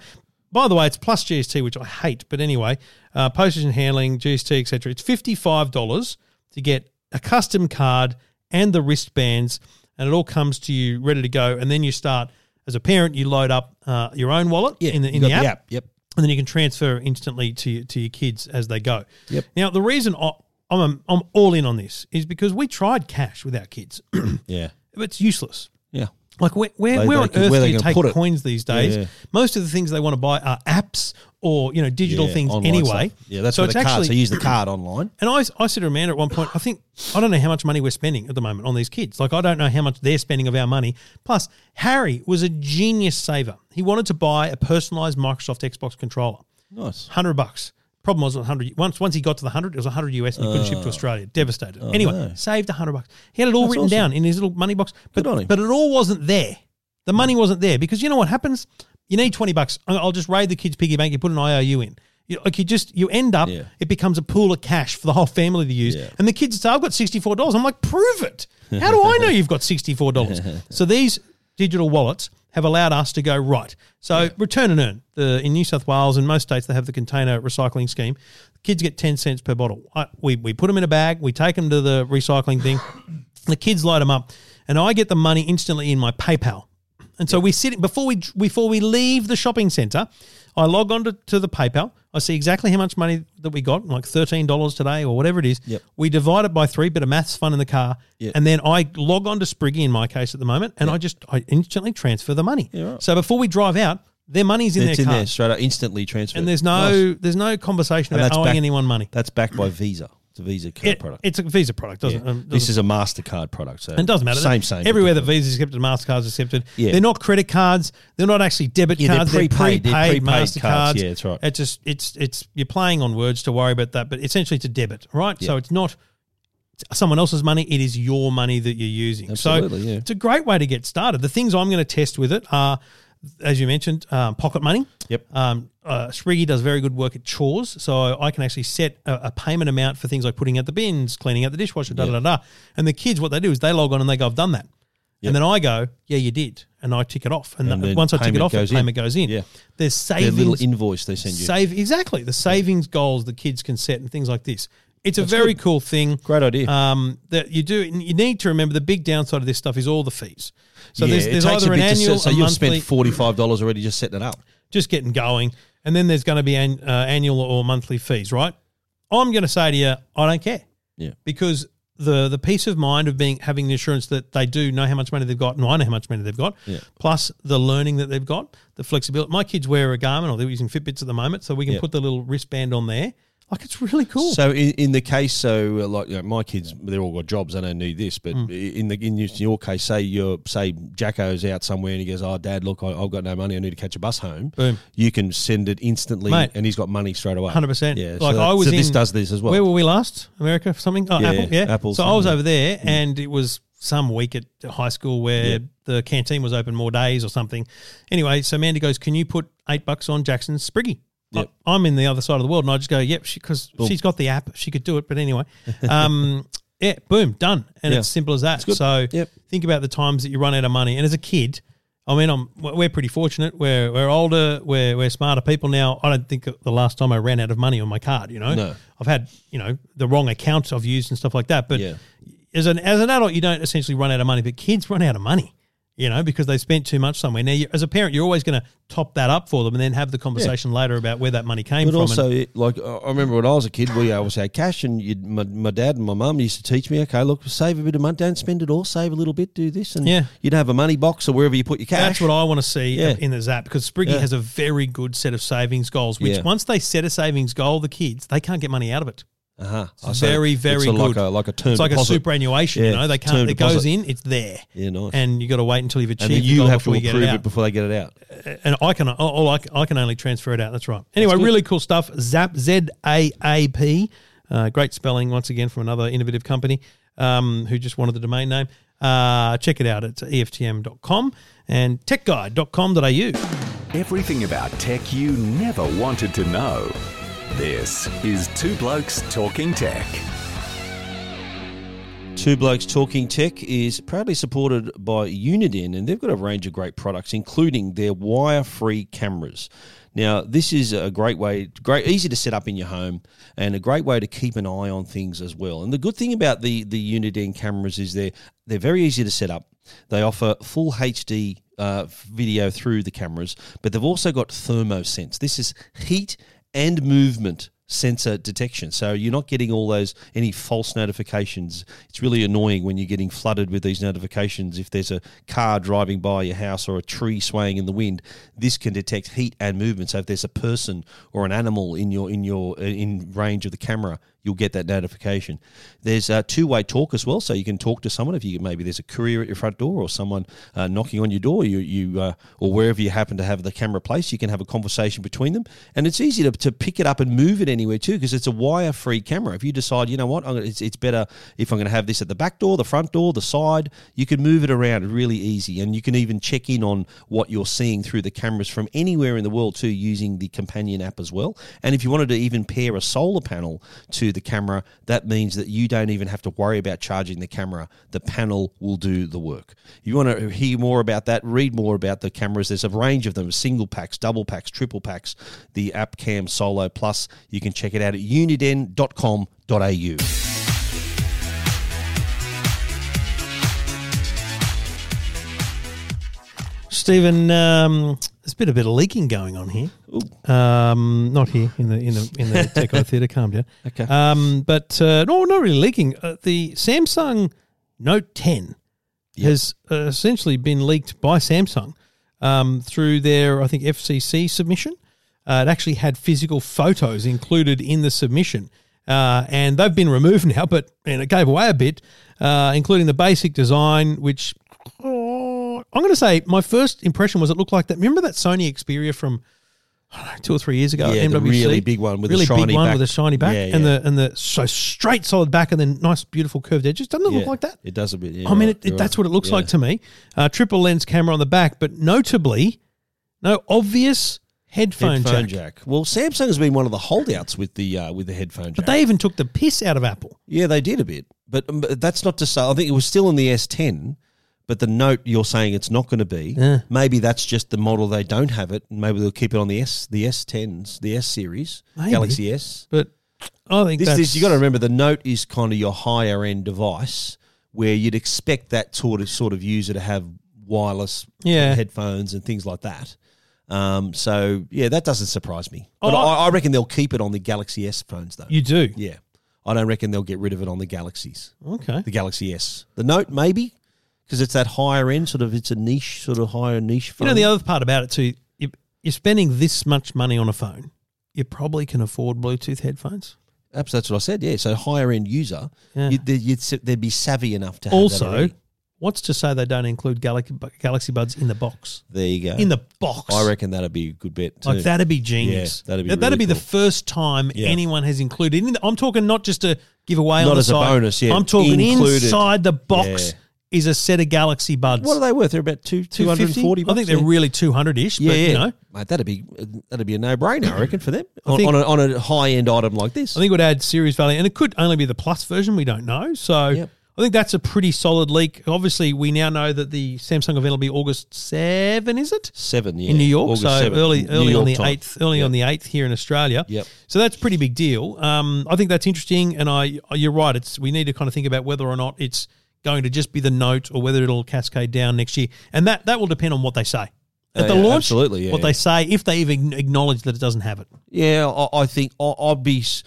by the way, it's plus GST, which I hate. But anyway, uh, postage and handling, GST, etc. It's fifty five dollars to get a custom card and the wristbands, and it all comes to you ready to go. And then you start as a parent, you load up uh, your own wallet in the
You
in
got
the app
Yep.
and then you can transfer instantly to your, to your kids as they go.
Yep.
Now the reason I, I'm I'm all in on this is because we tried cash with our kids
Yeah.
It's useless.
Yeah.
Like where where,
They-
where
they
on
can-
earth
where
do
they
you
can
take
put it.
coins these days?
Yeah.
Most of the things they want to buy are apps or you know digital
Yeah,
things
online
anyway.
stuff. Yeah, that's
so
where
it's
the card.
actually
So you use the card online.
and I, I said to Amanda at one point, I think I don't know how much money we're spending at the moment on these kids. Like I don't know how much they're spending of our money. Plus, Harry was a genius saver. He wanted to buy a personalized Microsoft Xbox controller,
Nice.
hundred bucks. Problem was, hundred once once he got to the hundred, it was hundred US, and he couldn't ship to Australia. Devastated. anyway, saved hundred bucks. He had it
Oh.
all
That's
written
awesome.
down in his little money box, but
Good on him.
but it all wasn't there. The money wasn't there because you know what happens? You need twenty bucks. I- I'll just raid the kids' piggy bank. You put an IOU in. You, like you just you end up
Yeah.
it becomes a pool of cash for the whole family to use.
Yeah.
And the kids say, I've got $64. I'm like, prove it. How do I know you've got $64? so these digital wallets have allowed us to go right. So return and earn. The, in New South Wales and most states, they have the container recycling scheme. Kids get 10 cents per bottle. I, we, we put them in a bag, we take them to the recycling thing. the kids light them up, and I get the money instantly in my PayPal. And so we sit before we before we leave the shopping centre. I log on to, to the PayPal. I see exactly how much money that we got, like thirteen dollars today or whatever it is.
Yep.
We divide it by three. Bit of maths fun in the car,
Yep.
and then I log on to Spriggy in my case at the moment, and I just I instantly transfer the money.
right.
So before we drive out, their money's in
it's
their
in
car,
there straight up, instantly transferred.
and there's no
Nice.
there's no conversation
And
about
that's
owing
back-
anyone money.
That's backed by Visa. It's a Visa card
It-
product.
It's a Visa product, doesn't,
Yeah.
um, doesn't
this is a Mastercard product. So
And it doesn't matter.
Same, same.
Everywhere that Visa's accepted, Mastercard's accepted.
Yeah.
They're not credit cards. They're not actually debit
Yeah, they're
cards.
prepaid. They're prepaid cards.
Mastercards.
Yeah, that's right.
It's just it's it's you're playing on words to worry about that, but essentially it's a debit, right? So it's not someone else's money. It is your money that you're using. so
Absolutely, yeah.
it's a great way to get started. The things I'm going to test with it are, as you mentioned, um, pocket money.
Yep.
Um, uh, Spriggy does very good work at chores, so I can actually set a, a payment amount for things like putting out the bins, cleaning out the dishwasher, da da da da. And the kids, what they do is they log on and they go, "I've done that," and then I go, "Yeah, you did," and I tick it off. And,
And
the-
then
once I tick it
payment
off, the
goes in.
payment goes in.
Yeah.
there's
Their
savings,
little invoice they send you.
save exactly the savings goals the kids can set and things like this. It's a very cool thing.
Great idea.
Um, that you do. You need to remember the big downside of this stuff is all the fees. So
Yeah,
there's,
it
there's
takes
either
a
an
bit to
annual,
set- so
a
you'll
monthly,
spend forty five dollars already just setting it up.
just getting going. And then there's going to be an, uh, annual or monthly fees, right? I'm going to say to you, I don't care
Yeah.
because the the peace of mind of being having the assurance that they do know how much money they've got and I know how much money they've got,
Yeah.
plus the learning that they've got, the flexibility. My kids wear a Garmin or they're using Fitbits at the moment, so we can
Yeah.
put the little wristband on there. Like it's really cool.
So in, in the case, so uh, like you know, my kids, they're all got jobs. They don't need this, but
Mm.
i- in the in your- in your case, say you're say Jacko's out somewhere and he goes, "Oh, Dad, look, I, I've got no money. I need to catch a bus home."
Boom.
You can send it instantly,
Mate.
and he's got money straight away.
Hundred percent.
Yeah. so
Like
that-
I was
so this
in-
does this as well.
Where were we last? America, for something? Oh,
Yeah,
Apple. Yeah,
Apple
So I was
something. Mm.
over there, and it was some week at high school where the canteen was open more days or something. Anyway, so Mandy goes, "Can you put eight bucks on Jackson's Spriggy?"
Yep.
I- I'm in the other side of the world, and I just go, "Yep," because she's got the app, she could do it. But anyway, um, yeah, boom, done, and
Yeah.
it's simple as that. So
Yep.
think about the times that you run out of money, and as a kid. I mean, I'm, we're pretty fortunate. We're, we're older, we're, we're smarter people now. I don't think the last time I ran out of money on my card, you know?
No.
I've had you know the wrong accounts I've used and stuff like that. But
Yeah.
as an as an adult, you don't essentially run out of money, but kids run out of money, you know, because they spent too much somewhere. Now, you, as a parent, you're always going to top that up for them, and then have the conversation later about where that money came
But
from.
also,
and,
it, like I I remember when I was a kid, we always had cash, and you'd, my, my dad and my mum used to teach me, okay, look, save a bit of money, don't spend it all, save a little bit, do this, and
Yeah.
you'd have a money box or wherever you put your cash.
that's what I want to see
Yeah.
in the Zap because Spriggy
Yeah.
has a very good set of savings goals. Which
Yeah.
once they set a savings goal, the kids they can't get money out of it.
uh-huh.
It's very, very
it's
good.
Like a, like a term
It's like
deposit.
a superannuation, you
Yeah,
know. They
it's term
can't. It goes
deposit.
in, it's there,
Yeah, nice.
and you got to wait until you've
and
achieved.
then
the
you
goal
have to
before you get
approve it,
out.
before they get it out.
and I can all I, I can only transfer it out. That's right. Anyway, really cool stuff. Zap Z A A P, uh, great spelling once again from another innovative company um, who just wanted the domain name. Uh, check it out. It's EFTM.com and techguide.com.au.
Everything about tech you never wanted to know. This is Two Blokes Talking Tech.
Two Blokes Talking Tech is proudly supported by Uniden, and they've got a range of great products, including their wire-free cameras. Now, this is a great way, great, easy to set up in your home, and a great way to keep an eye on things as well. And the good thing about the the Uniden cameras is they're they're very easy to set up. They offer full HD uh, video through the cameras, but they've also got thermosense. This is heat and movement sensor detection. So you're not getting all those any false notifications. It's really annoying when you're getting flooded with these notifications. If there's a car driving by your house or a tree swaying in the wind, this can detect heat and movement. So if there's a person or an animal in your in your uh, in range of the camera, you'll get that notification. There's a two-way talk as well, so you can talk to someone if you maybe there's a courier at your front door or someone uh, knocking on your door, you you uh, or wherever you happen to have the camera placed, you can have a conversation between them, and it's easy to, to pick it up and move it anywhere too because it's a wire-free camera. If you decide, you know what, I'm gonna, it's it's better if I'm going to have this at the back door, the front door, the side, you can move it around really easy, and you can even check in on what you're seeing through the cameras from anywhere in the world too using the companion app as well. And if you wanted to even pair a solar panel to the camera, that means that you don't even have to worry about charging the camera. The panel will do the work. You want to hear more about that, read more about the cameras. There's a range of them single packs, double packs, triple packs, the App Cam Solo Plus. You can check it out at uniden.com.au.
Stephen, um, there's been a bit of leaking going on here. Um, not here in the in the in the Tech Eye Theatre. Calm down.
Okay.
Um, but uh, no, not really leaking. Uh, the Samsung Note 10 has uh, essentially been leaked by Samsung um, through their I think FCC submission. Uh, it actually had physical photos included in the submission. Uh, and they've been removed now, but and it gave away a bit, uh, including the basic design, which oh, I'm going to say my first impression was it looked like that. Remember that Sony Xperia from I don't know, two or three years ago?
Yeah, the
MWC?
really big one with the
really
shiny
big one
back.
with a shiny back,
Yeah,
and
yeah.
the and the so straight solid back, and then nice beautiful curved edges. Doesn't it
Yeah,
look like that?
It does a bit. yeah,
I mean,
right,
it, it,
right.
that's what it looks
Yeah.
like to me. Uh, triple lens camera on the back, but notably, no obvious headphone,
Headphone
jack.
jack. Well, Samsung has been one of the holdouts with the uh, with the headphone jack.
But they even took the piss out of Apple.
Yeah, they did a bit, but, um, but that's not to say. I think it was still in the S10, but the Note you're saying it's not going to be.
Yeah.
Maybe that's just the model they don't have it. and Maybe they'll keep it on the S, the S10s, the S series,
Maybe.
Galaxy S.
But I think
This
that's
is you got to remember the Note is kind of your higher end device where you'd expect that sort of sort of user to have wireless
Yeah.
headphones and things like that. Um, so yeah, that doesn't surprise me. But
Oh,
I, I reckon they'll keep it on the Galaxy S phones though.
you do.
yeah, I don't reckon they'll get rid of it on the Galaxies
Okay.
the Galaxy S. The Note maybe because it's that higher end sort of. It's a niche sort of higher niche
You
phone.
know the other part about it too. You, you're spending this much money on a phone. You probably can afford Bluetooth headphones.
Perhaps that's what I said. Yeah, so higher end user,
Yeah.
you'd, they'd, you'd, s- they'd be savvy enough to have that
also,
already.
what's to say they don't include Galaxy, Galaxy Buds in the box?
There you go.
In the box.
I reckon that'd be a good bet too.
Like that'd be genius.
Yeah, that'd be
That- that'd
really
be the
cool.
first time
Yeah.
anyone has included. In the, I'm talking not just a giveaway,
Not
on the
as a
side.
bonus, yeah,
I'm talking
included.
inside the box is a set of Galaxy Buds.
What are they worth? They're about two two hundred and
250?
forty.
I think they're really 200 ish.
yeah,
but
yeah.
you know,
Mate, that'd be that'd be a no brainer. I reckon for them on,
think-
on a, on a high end item like this.
I think it would add serious value, and it could only be the plus version. We don't know, so
Yep.
I think that's a pretty solid leak. Obviously, we now know that the Samsung event will be August seven. Is it?
seven yeah,
in New York.
August
so
7th,
early,
New
early on
York
the
time.
eighth, early on the eighth here in Australia.
Yep.
So that's a pretty big deal. Um, I think that's interesting, and I you're right. It's we need to kind of think about whether or not it's going to just be the note or whether it'll cascade down next year, and that that will depend on what they say at
Oh,
the
yeah,
launch.
absolutely, yeah,
what
yeah.
they say if they even acknowledge that it doesn't have it.
Yeah, I, I think I, I'd be. s-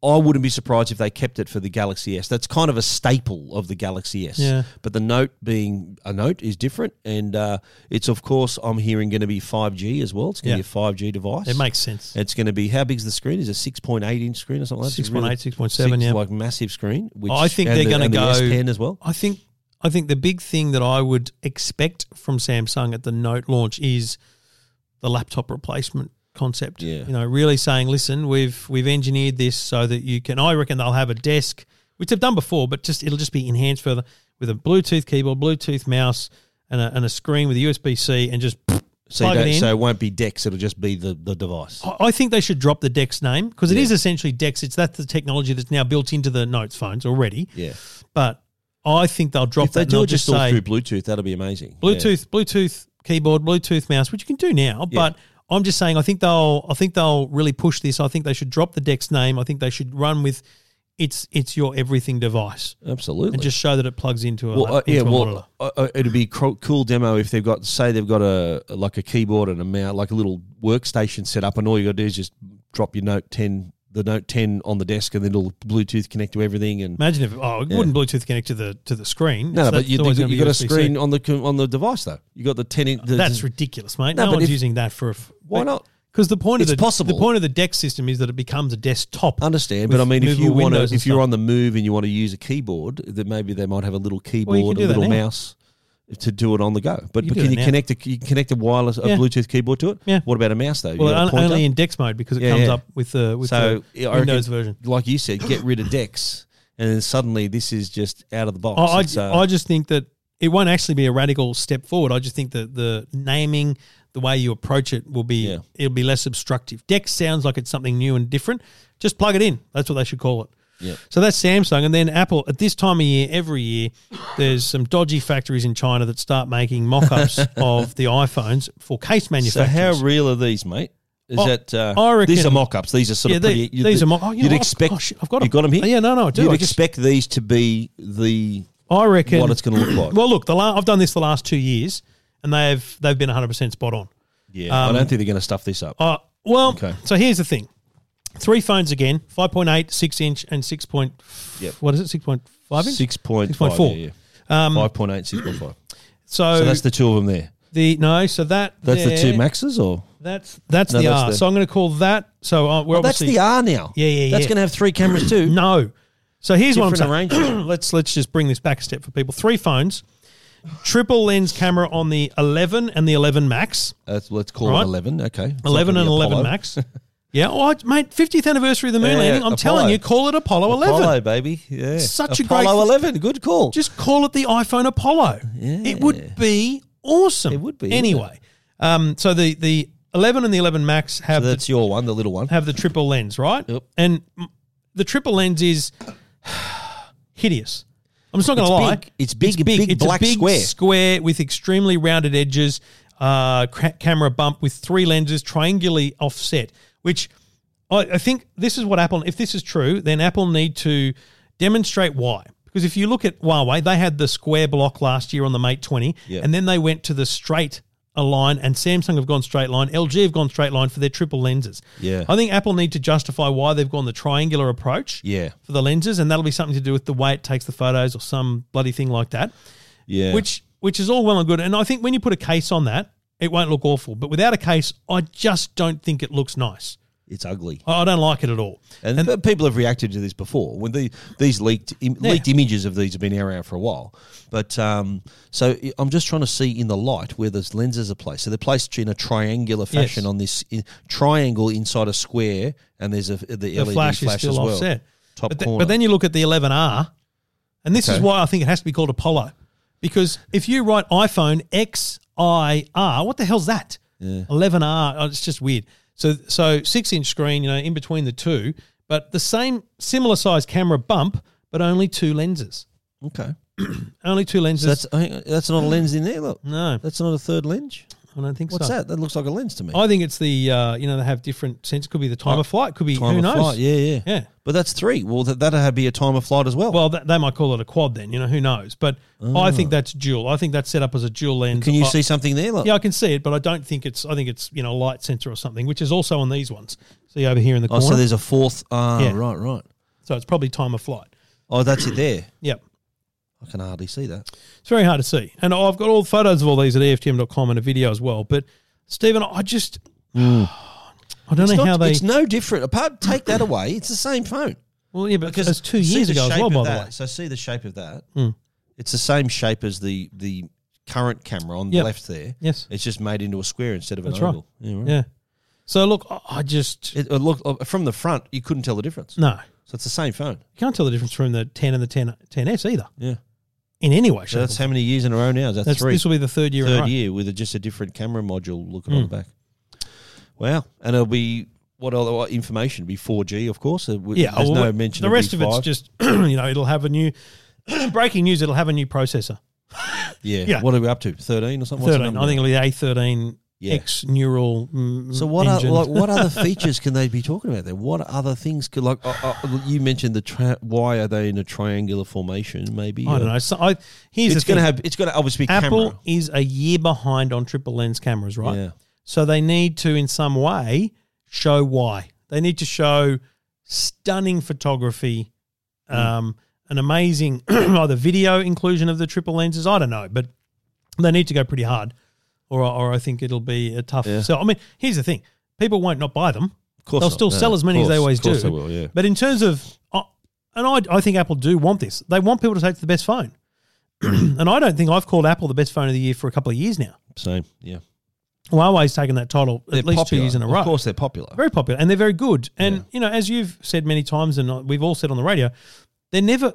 I wouldn't be surprised if they kept it for the Galaxy S. That's kind of a staple of the Galaxy S.
Yeah.
But the Note being a Note is different, and uh, it's of course I'm hearing going to be 5G as well. It's going
Yeah.
to be a 5G device.
It makes sense.
It's going to be how big's the screen? Is it 6.8 inch screen or something like that? It's
6.8, 6.7,
six,
yeah.
like massive screen. Which
I think
and
they're
the-
gonna
and the
go-
S10 as well.
I think I think the big thing that I would expect from Samsung at the Note launch is the laptop replacement concept.
Yeah.
You know, really saying, listen, we've we've engineered this so that you can I reckon they'll have a desk, which they've done before, but just it'll just be enhanced further with a Bluetooth keyboard, Bluetooth mouse and a, and a screen with a USB C and just
So, you
plug it
don't-
in. Oh,
so it won't be Dex. It'll just be the, the device.
I- I think they should drop the Dex name because it is essentially Dex. It's that's the technology that's now built into the Notes phones already.
Yeah.
But I think they'll drop
If they
that and they'll
do it just all
say,
through Bluetooth, that'll be amazing. Yeah.
Bluetooth, Bluetooth keyboard, Bluetooth mouse, which you can do now. But I'm just saying, I think they'll, I think they'll really push this. I think they should drop the Dex name. I think they should run with, it's it's your everything device,
Absolutely.
and just show that it plugs into a,
Well, uh,
into
yeah,
a monitor.
well, uh, uh, it'd be cro- cool demo if they've got, say, they've got a like a keyboard and a mouse, like a little workstation set up, and all you got to do is just drop your Note 10, the the Note 10 on the desk and then it'll Bluetooth connect to everything. And
Imagine if oh, it
Yeah.
wouldn't Bluetooth connect to the to the screen.
no,
So
but
that's
you
always
think that
gonna
you
be
got a
USB-C.
screen on the com- on the device though. You got the 10. in- The,
That's ridiculous, mate.
No,
No,
but
one's
if-
using that for a. F-
Why not?
Because the point
It's
of the
possible.
the point of the deck system is that it becomes a desktop.
Understand,
with
but I mean, if you
movable
want to,
windows and
if you're
stuff.
on the move and you want to use a keyboard, that maybe they might have a little
you can
keyboard,
do
a
that
little
now.
mouse to do it on the go. But,
You
but
can do
can
that
you
now.
connect a you can connect a wireless a
Yeah.
Bluetooth keyboard to it?
Yeah.
What about a mouse though? You
well,
got a
on-
pointer?
only in Dex mode because it
Yeah,
comes
yeah.
up with the with
so
the
I reckon,
Windows version.
like you said, get rid of Dex, and then suddenly this is just out of the box.
I, I,
It's, uh,
I just think that it won't actually be a radical step forward. I just think that the naming, the way you approach it, will be
Yeah.
it'll be less obstructive. Dex sounds like it's something new and different. Just plug it in. That's what they should call it.
Yeah.
So that's Samsung, and then Apple. At this time of year, every year, there's some dodgy factories in China that start making mock-ups of the iPhones for case
so
manufacturers.
how real are these, mate? Is
Oh,
that uh,
I reckon-
these are mock-ups? These are sort
yeah,
of
they-
pretty. you-
these are mock. Oh, you
you'd
know, I've-
expect.
oh, shit, I've got
you got them here.
Yeah, no, no, I do.
You'd
I just-
expect these to be the
I reckon
what it's going to look like.
Well, look, the la- I've done this the last two years, and they've they've been 100 percent spot on.
Yeah, I
um,
don't think they're going to stuff this up.
Uh, well,
Okay.
so here's the thing: three phones again, 5.8, 6 inch, and 6. Point,
Yep.
What is it? 6.5 inch.
Six point five.
6.4.
Yeah, yeah. Um, five point eight, six point five.
So,
So that's the two of them there.
the no. So that
That's the
there-
two maxes, or
That's that's
No,
the
that's
R.
the- Oh,
So I'm going to call that. So uh, we're
that's
obviously
the R now.
Yeah, yeah,
That's
yeah.
going to have three cameras too.
no. So here's what I'm
Different
saying. let's let's just bring this back a step for people. Three phones, triple lens camera on the 11 and the 11 Max.
That's, let's call
Right.
it eleven. Okay, It's
11
not
and
gonna be
11
Apollo.
Max. Yeah, oh, mate, 50th anniversary of the moon
Yeah, yeah,
landing. I'm telling
Apollo.
you, call it Apollo 11.
Apollo, baby. Yeah,
Such a
Apollo
great-
eleven. Good call.
Just call it the iPhone Apollo. It would be awesome.
It would be, wouldn't
Anyway, um, so the, the 11 and the 11 Max have the
that's your one, the little one.
have the triple lens, right?
Yep.
And mm, the triple lens is hideous. I'm just not going to
It's
lie.
big. It's big, big
It's a
black
big
square.
square with extremely rounded edges. Uh, cra- camera bump with three lenses triangularly offset, which I, I think this is what Apple. If this is true, then Apple need to demonstrate why. Because if you look at Huawei, they had the square block last year on the Mate 20,
Yeah.
and then they went to the straight line, and Samsung have gone straight line, LG have gone straight line for their triple lenses.
Yeah.
I think Apple need to justify why they've gone the triangular approach
Yeah,
for the lenses, and that'll be something to do with the way it takes the photos or some bloody thing like that.
yeah.
Which which is all well and good. And I think when you put a case on that, it won't look awful. But without a case, I just don't think it looks nice.
it's ugly.
I I don't like it at all.
And, but people have reacted to this before when the, these leaked Im,
Yeah.
leaked images of these have been around for a while. But um, so I- I'm just trying to see in the light where those lenses are placed. So they're placed in a triangular fashion
Yes.
on this i triangle inside a square, and there's a the,
The
LED
flash
flash,
is still
as well.
offset.
Top
But, th-
corner.
but then you look at the 11R, and this is
Okay.
why I think it has to be called Apollo, because if you write iPhone X I R, what the hell's that? 11R, oh, it's just weird. So so six inch screen, you know, in between the two, but the same similar size camera bump, but only two lenses.
okay,
Only two lenses.
so that's I- that's not a lens in there. Look,
no,
that's not a third lens.
I don't think
What's
so.
that? That looks like a lens to me.
I think it's the uh, you know they have different sense. Could be the time of flight. Could be
Time
who
of
knows.
flight. Yeah, yeah,
yeah.
But that's three. Well, that that'd be a time of flight as well.
Well, th- they might call it a quad then. You know, who knows? But I think that's dual. I think that's set up as a dual lens.
Ah. Can you
I-
see something there? Look?
uh, Yeah, I can see it, but I don't think it's. I think it's you know a light sensor or something, which is also on these ones. See over here in the
Oh,
corner.
so there's a fourth. Ah,
Yeah.
right, right.
So it's probably time of flight.
Oh, that's it there.
Yep.
I can hardly see that.
It's very hard to see. And I've got all the photos of all these at E EFTM.com and a video as well. But Stephen, I just I don't
Hmm. It's,
know
not-
how they.
it's no different. Apart, take that away. It's the same phone.
well, yeah, but because it's two
See
years
the
ago as
shape
well,
of
by
that.
the way. Hmm.
So see the shape of that. It's the same shape as the the current camera on
Yep.
the left there.
Yes.
It's just made into a square instead of an
That's right.
oval. Yeah, right.
Yeah. So look, I- I just
It, it look uh, from the front, you couldn't tell the difference.
no. You
So it's the same phone.
can't tell the difference between the 10 and the 10 10s either
Yeah.
in any way.
So
shape, or
that's how many years in a row now? That's,
That's,
three.
this will be the third year. in a row.
third year with a, just a different camera module looking
Hmm.
on the back. Wow, and it'll be what other what information? It'll be four G, of course. It w-
Yeah,
there's
well,
no mention.
The rest of it's
V5.
just you know it'll have a new breaking news. It'll have a new processor.
yeah.
yeah.
What are we up to? Thirteen or something? What's the
Thirteen.
number
I think
now?
it'll be A thirteen
Yeah.
X neural. mm,
So what are,
engine.
like, what other features can they be talking about there? What other things could like uh, uh, you mentioned the tra- why are they in a triangular formation? Maybe
I
uh,
don't know. So I,
It's
here's the thing.
gonna have it's gonna obviously be
Apple
camera.
is a year behind on triple lens cameras, right?
Yeah.
So they need to, in some way, show why. They need to show stunning photography,
Hmm.
um, an amazing either video inclusion of the triple lenses. I don't know, but they need to go pretty hard, or or I think it'll be a tough
Yeah.
sell. I mean, here's the thing: people won't not buy them.
Of course,
They'll
not.
still
No,
sell as many as
of
they always
course
do.
They will, yeah.
But in terms of, I- and I, I think Apple do want this. They want people to take the best phone. and I don't think I've called Apple the best phone of the year for a couple of years now.
Same, yeah.
Huawei's taken that title at least two years in a row.
Of course, they're popular.
Very popular, and they're very good. And you know, as you've said many times, and we've all said on the radio, they're never,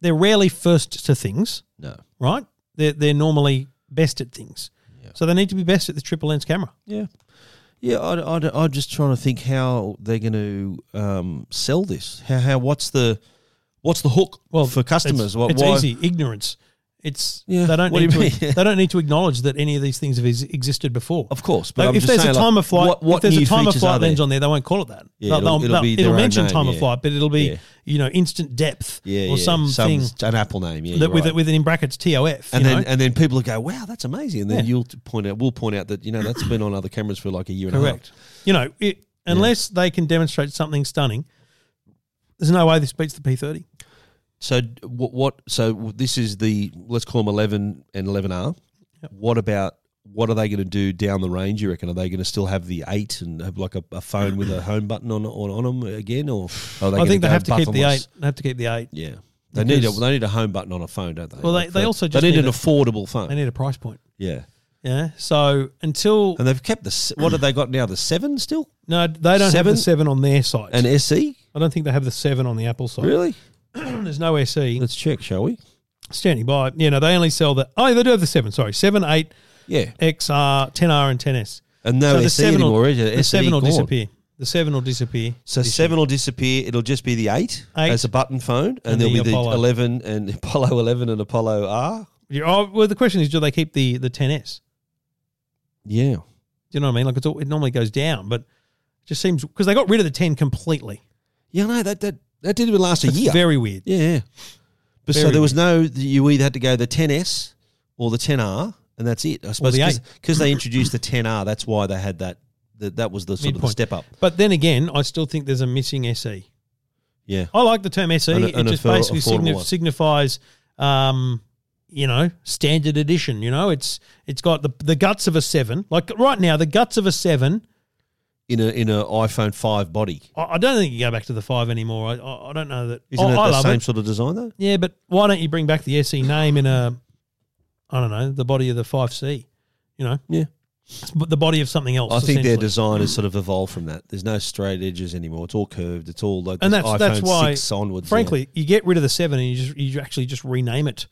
they're rarely first to things,
No,
right? They're they're normally best at things. So they need to be best at the triple lens camera.
yeah, yeah. I, I, am just trying to think how they're going to um, sell this. How, how what's the what's the hook
Well,
for customers?
it's,
What-
it's
why-
easy ignorance. It's
Yeah,
they don't
what
need
do you
to,
mean?
they don't need to acknowledge that any of these things have ex- existed before.
Of course, but
Like,
I'm
if
just
there's
saying,
a
like,
time of flight,
what- what
if there's
new
a time of
features are
flight
there?
lens on there, they won't call it that.
Yeah,
They'll-
it'll- it'll
they'll-
be their own
mention
name,
time of
yeah.
flight, but it'll be
Yeah.
you know instant depth
yeah, yeah.
or something
Some, an Apple name, yeah,
that
you're
with
right.
it within in brackets TOF.
and
you
then
know?
and then people will go, "Wow, that's amazing!" And then
Yeah.
you'll point out, we'll point out that you know that's been on other cameras for like a year
correct. You know, it, unless they can demonstrate something stunning, there's no way this beats the P30.
and a half. So what? What? So this is the let's call them eleven and eleven R. What about what are they going to do down the range? You reckon are they going to still have the eight and have like a, a phone with a home button on on, on them again, or are they
I
gonna
think they
go
have to keep the
buttonless?
eight. They have to keep the eight.
Yeah, they need a
Because-
they need a home button on a phone, don't they?
Well, they-
Like,
they also just
they need,
need
an
a-
affordable phone.
They need a price point.
yeah,
Yeah. So until
and they've kept the s- what have they got now? The seven still
No, they don't have
Seven?
the seven on their site.
an SE
I don't think they have the seven on the Apple site.
really?
There's no E. SE
Let's check, shall we?
standing by. You know, they only sell the. Oh, they do have the seven. Sorry, seven, eight,
Yeah,
XR, 10R, and 10S.
and no
so the
SE anymore, is it?
the
SE
seven will
gone.
disappear. The seven will disappear.
So
this
seven will disappear. It'll just be the eight,
Eight.
as a button phone, and,
And
there'll
the
be
Apollo.
the eleven and Apollo eleven and Apollo R.
year. Yeah, Oh, well, the question is, do they keep the the 10S?
Yeah,
Do you know what I mean? Like it's all, it normally goes down, but it just seems because they got rid of the 10 completely.
yeah, no, that that that didn't even last a
It's
year.
very weird.
Yeah, yeah. But so
Very
there was no. You either had to go the 10s or the 10r, and that's it. I suppose
the
because they introduced the 10r, that's why they had that. That, that was the sort of the
Midpoint.
step up.
But then again, I still think there's a missing SE.
Yeah,
I like the term SE.
An-
it
an
just
affor-
basically
affordable
signif-
one.
signifies, um, you know, standard edition. You know, it's it's got the the guts of a seven. Like right now, the guts of a seven.
in a in a iPhone five body.
I, I don't think you go back to the five anymore. I I, I don't know that.
Isn't
I,
that
Oh, I
the
love
same
it.
sort of design though?
Yeah, but why don't you bring back the SE name in a, I don't know, the body of the five C. You know,
Yeah,
It's the body of something else.
I think their
essentially.
design has sort of evolved from that. There's no straight edges anymore. It's all curved. It's all like
and
this
that's that's
iPhone
why,
six onwards.
frankly, you get rid of the seven and you just you actually just rename it,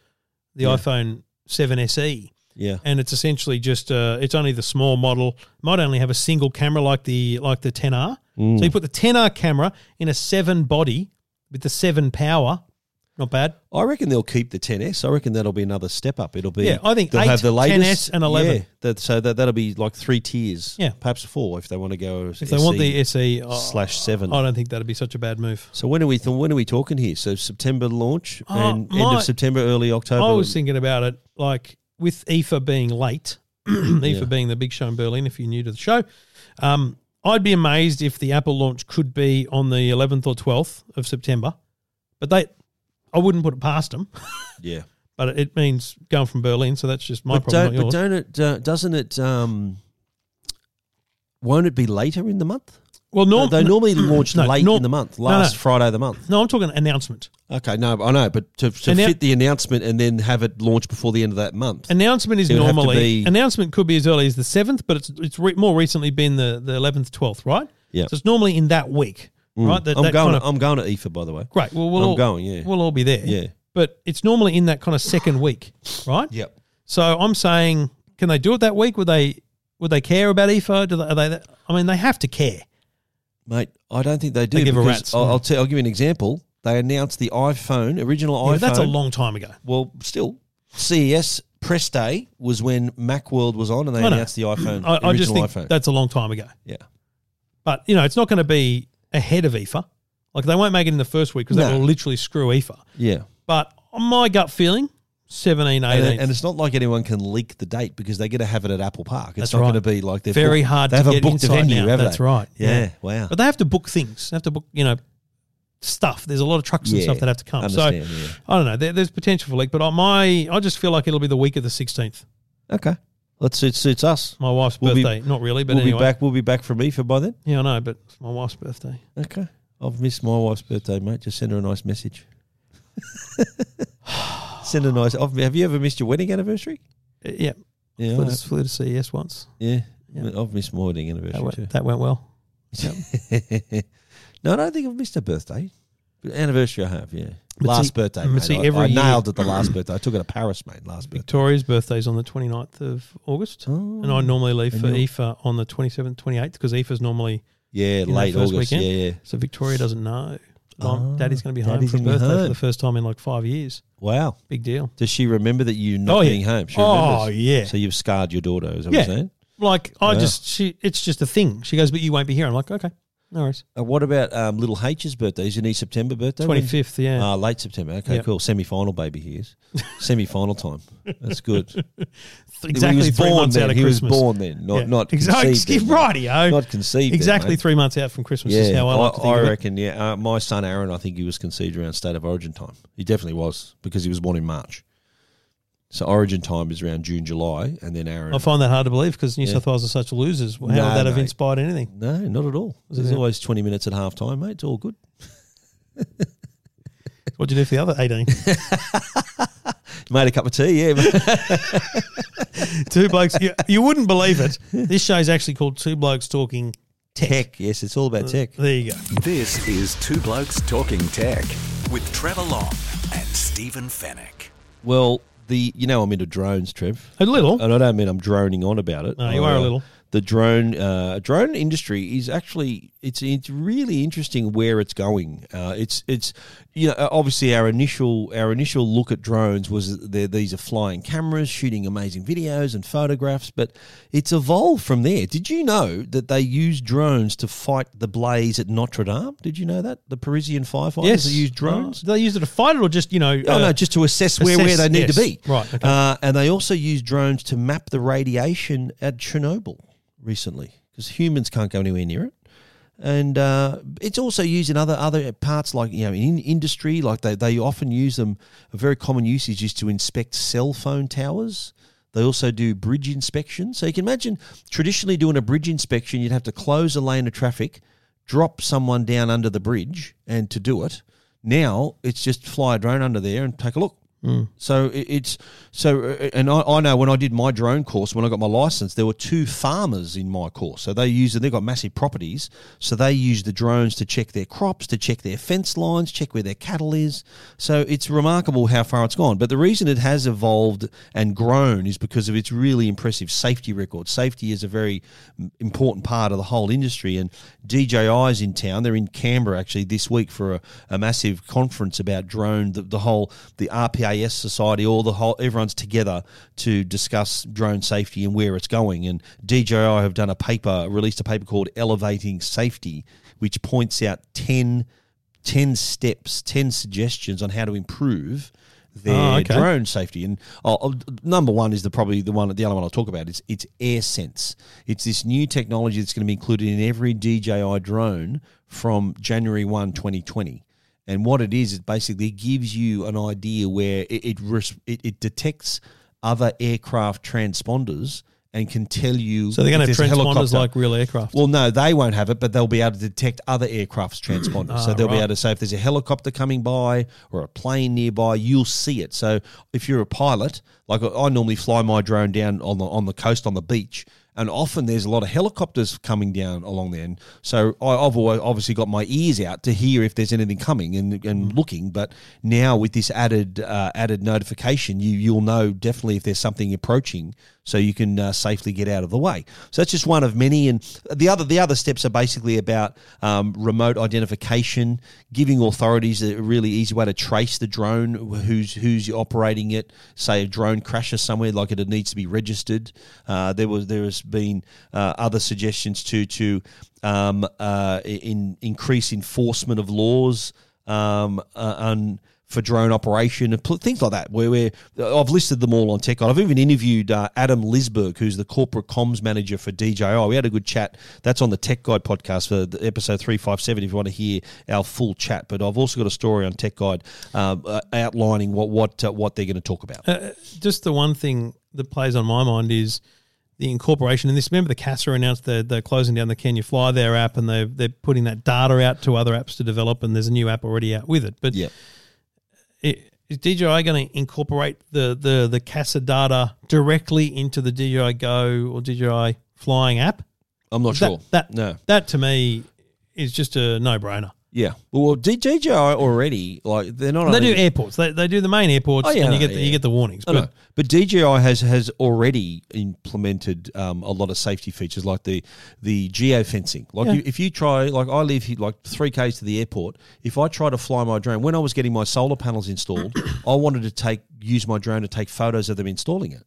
the
Yeah.
iPhone Seven SE.
yeah,
and it's essentially just uh, it's only the small model might only have a single camera like the like the 10R. So you
Mm.
put the 10R camera in a seven body with the seven power, not bad.
yeah. I reckon they'll keep the 10s. I reckon that'll be another step up. It'll be
Yeah, I think
they'll
eight,
have the latest
10S and 11.
Yeah, that, so that that'll be like three tiers.
Yeah.
perhaps four if they want to go. E
If they want the SE uh,
slash seven.
I don't think that'd be such a bad move.
so when are we th- when are we talking here? So September launch
Oh,
and end
my-
of September, early October.
I was thinking about it like with IFA being late, IFA being the big show in Berlin. If you're new to the show, um, I'd be amazed if the Apple launch could be on the 11th or 12th of September, but they, I wouldn't put it past them.
yeah,
but it means going from Berlin, so that's just my
but
problem.
don't,
Not
but
yours.
don't it uh, doesn't it um won't it be later in the month?
well, norm-
they normally launch
no,
late
norm-
in the month,
no, no.
last Friday of the month.
No, I'm talking announcement.
Okay, no, I know, but to, to
And now-
fit the announcement and then have it launch before the end of that month.
Announcement is
It would have to
normally
be-
announcement could be as early as the seventh, but it's it's re- more recently been the the eleventh, twelfth, right?
Yeah. Mm.
So it's normally in that week, right? That,
I'm
that
going.
Kind of,
I'm going to EFA, by the way.
great. Well, we'll
I'm
all,
going, yeah.
We'll all be there.
Yeah.
But it's normally in that kind of second week, right?
Yep.
So I'm saying, can they do it that week? Would they would they care about IFA? Do they, are they? that- I mean, they have to care.
Mate, I don't think they do.
They give a
because
rat's.
I'll, I'll, tell, I'll give you an example. They announced the iPhone, original
Yeah,
iPhone.
but that's a long time ago.
Well, still, CES press day was when Macworld was on, and they
I know.
announced the iPhone,
I,
original E
I just think
iPhone.
that's a long time ago.
yeah,
But you know, it's not going to be ahead of EFA. Like they won't make it in the first week because that
No.
will literally screw EFA.
yeah.
But on my gut feeling, 17, 18.
And, and it's not like anyone can leak the date because they're going to have it at Apple Park. It's
That's
not
right.
going to be like they're
Very hard
They
to
haven't
get
booked a
inside
venue,
now.
have
That's
they?
right.
Yeah,
Yeah.
wow.
but they have to book things. They have to book, you know, stuff. There's a lot of trucks and
Yeah,
stuff that have to come. So
understand, yeah.
I don't know. There, there's potential for leak, but on my I just feel like it'll be the week of the 16th.
Okay. Let's it suits us.
My wife's
We'll be-
birthday. Not really, but
we'll
anyway.
be back. We'll be back from EFA by then.
Yeah, I know, but it's my wife's birthday.
Okay. I've missed my wife's birthday, mate. Just send her a nice message. send her a nice. I've, have you ever missed your wedding anniversary?
Uh, Yeah,
Yeah.
flew
I
to,
have.
flew to CES once.
Yeah.
Yeah.
I've missed my wedding
That
anniversary
went, that went well. Yep.
too. no, I don't think I've missed a birthday. But anniversary I have, yeah.
But
last
see-
birthday.
but
Mate.
see,
I-
every
I,
year-
nailed it the last birthday. I took it to Paris, mate, last birthday.
Victoria's birthday's on the 29th of August.
Oh.
And I normally leave
And
for
you're-
EFA on the 27th, 28th because EFA's E normally,
yeah,
know,
late
first
August.
weekend.
Yeah, yeah.
so Victoria doesn't know. that I'm-
Ah,
Daddy's going to be home
Daddy's
for
gonna be
birthday for
home.
the first time in like five years.
Wow.
Big deal.
Does she remember that you not
Oh, yeah.
being home? She
Oh,
remembers.
yeah.
So you've scarred your daughter, is that
Yeah.
what you're saying?
Like I
Wow.
just, she, it's just a thing. She goes, but you won't be here. I'm like, okay, no worries.
Uh, what about um, little H's birthday? Is it any September birthday?
Twenty fifth, yeah.
Ah, late September. Okay,
Yeah.
cool. Semi final baby he is. Semi final time. That's good.
exactly
he was
three
born
months
then.
out of
he
Christmas.
was born then, not
Yeah.
not
exactly
conceived then, mate.
rightio.
Not conceived.
exactly
Then,
three months out from Christmas
mate.
is
yeah,
how I like to think
I,
of it.
reckon. Yeah, uh, my son Aaron, I think he was conceived around state of origin time. He definitely was because he was born in March. So origin time is around June, July, and then Aaron.
I find that hard to believe because New
Yeah.
South Wales are such losers. How
No,
would that have
mate.
inspired anything?
no, not at all. There's
Yeah.
always twenty minutes at half time, mate. It's all good.
What'd you do for the other 18?
Made a cup of tea, yeah. mate.
Two blokes. You, you wouldn't believe it. This show's actually called Two Blokes Talking Tech.
tech, yes, it's all about tech.
There you go.
This is Two Blokes Talking Tech.
with Trevor Long and Stephen Fennec.
Well, the you know I'm into drones, Trev,
A little.
and I don't mean I'm droning on about it.
No, you are a
Uh,
little.
The drone uh, drone industry is actually it's it's really interesting where it's going. Uh, it's it's you know uh, obviously our initial our initial look at drones was that they're- these are flying cameras shooting amazing videos and photographs, but it's evolved from there. Did you know that they use drones to fight the blaze at Notre Dame? Did you know that the Parisian firefighters
yes.
use drones?
Oh, do they use it to fight it or just, you know.
Oh,
uh,
Uh, no, just to assess where,
assess-
where they need
yes.
to be.
Right, okay.
Uh, and they also use drones to map the radiation at Chernobyl recently because humans can't go anywhere near it. And uh, it's also used in other other parts, like you know, in industry. Like they, they often use them. A very common usage is to inspect cell phone towers. They also do bridge inspections. So you can imagine traditionally doing a bridge inspection, you'd have to close a lane of traffic, drop someone down under the bridge, and to do it. Now it's just fly a drone under there and take a look. So it- it's so, uh, and I, I know when I did my drone course, when I got my license, there were two farmers in my course. So they use they've got massive properties, so they use the drones to check their crops, to check their fence lines, check where their cattle is. So it's remarkable how far it's gone. But the reason it has evolved and grown is because of its really impressive safety record. Safety is a very m- important part of the whole industry, and DJI is in town. They're in Canberra actually this week for a, a massive conference about drone. The, the whole the RPAS society, all the whole everyone's together to discuss drone safety and where it's going. And DJI have done a paper, released a paper called "Elevating Safety," which points out 10, 10 steps, ten suggestions on how to improve their
Oh, okay.
drone drone safety. And oh, oh, number one is the probably the one the other one I'll talk about. It's it's AirSense. It's this new technology that's going to be included in every DJI drone from January 1, 2020. And what it is, it basically gives you an idea where it it, res- it, it detects other aircraft transponders and can tell you.
So they're going to
if
have
there's a
transponders
helicopter.
like real aircraft.
Well, no, they won't have it, but they'll be able to detect other aircraft's transponders. so they'll be
Ah, right.
able to say if there's a helicopter coming by or a plane nearby, you'll see it. So if you're a pilot, like I- I normally fly my drone down on the on the coast on the beach, and often there's a lot of helicopters coming down along there. And so I, I've always obviously got my ears out to hear if there's anything coming and,
Mm.
and looking. But now with this added uh, added notification, you you'll know definitely if there's something approaching, so you can uh, safely get out of the way. So that's just one of many. And the other the other steps are basically about um, remote identification, giving authorities a really easy way to trace the drone, who's who's operating it. Say a drone crashes somewhere, like it, it needs to be registered. Uh, there was there has been uh, other suggestions to to um, uh, in increase enforcement of laws um, uh, on for drone operation and pl- things like that. Where we're, I've listed them all on TechCon. I've even interviewed uh, Adam Lisberg, who's the corporate comms manager for DJI. We had a good chat. That's on the Tech Guide podcast for the episode 357 if you want to hear our full chat. But I've also got a story on Tech Guide um, uh, outlining what what, uh, what they're going to talk about.
Uh, just the one thing that plays on my mind is the incorporation. And this, remember, the CASA announced they're, they're closing down the Can You Fly There app, and they're they're putting that data out to other apps to develop. And there's a new app already out with it. But
Yep.
it, is DJI going to incorporate the the the CASA data directly into the DJI Go or DJI Flying app?
I'm not
That-
sure.
That,
no.
that to me is just a no brainer.
Yeah. Well, DJI already like they're not
They
only-
do airports. They, they do the main airports,
Oh, yeah,
and you
no,
get the,
yeah.
you get the warnings.
I
but
know. But DJI has has already implemented um, a lot of safety features like the the geofencing. Like you, if you try, like I live here, like three k's to the airport. If I try to fly my drone, when I was getting my solar panels installed, I wanted to take use my drone to take photos of them installing it.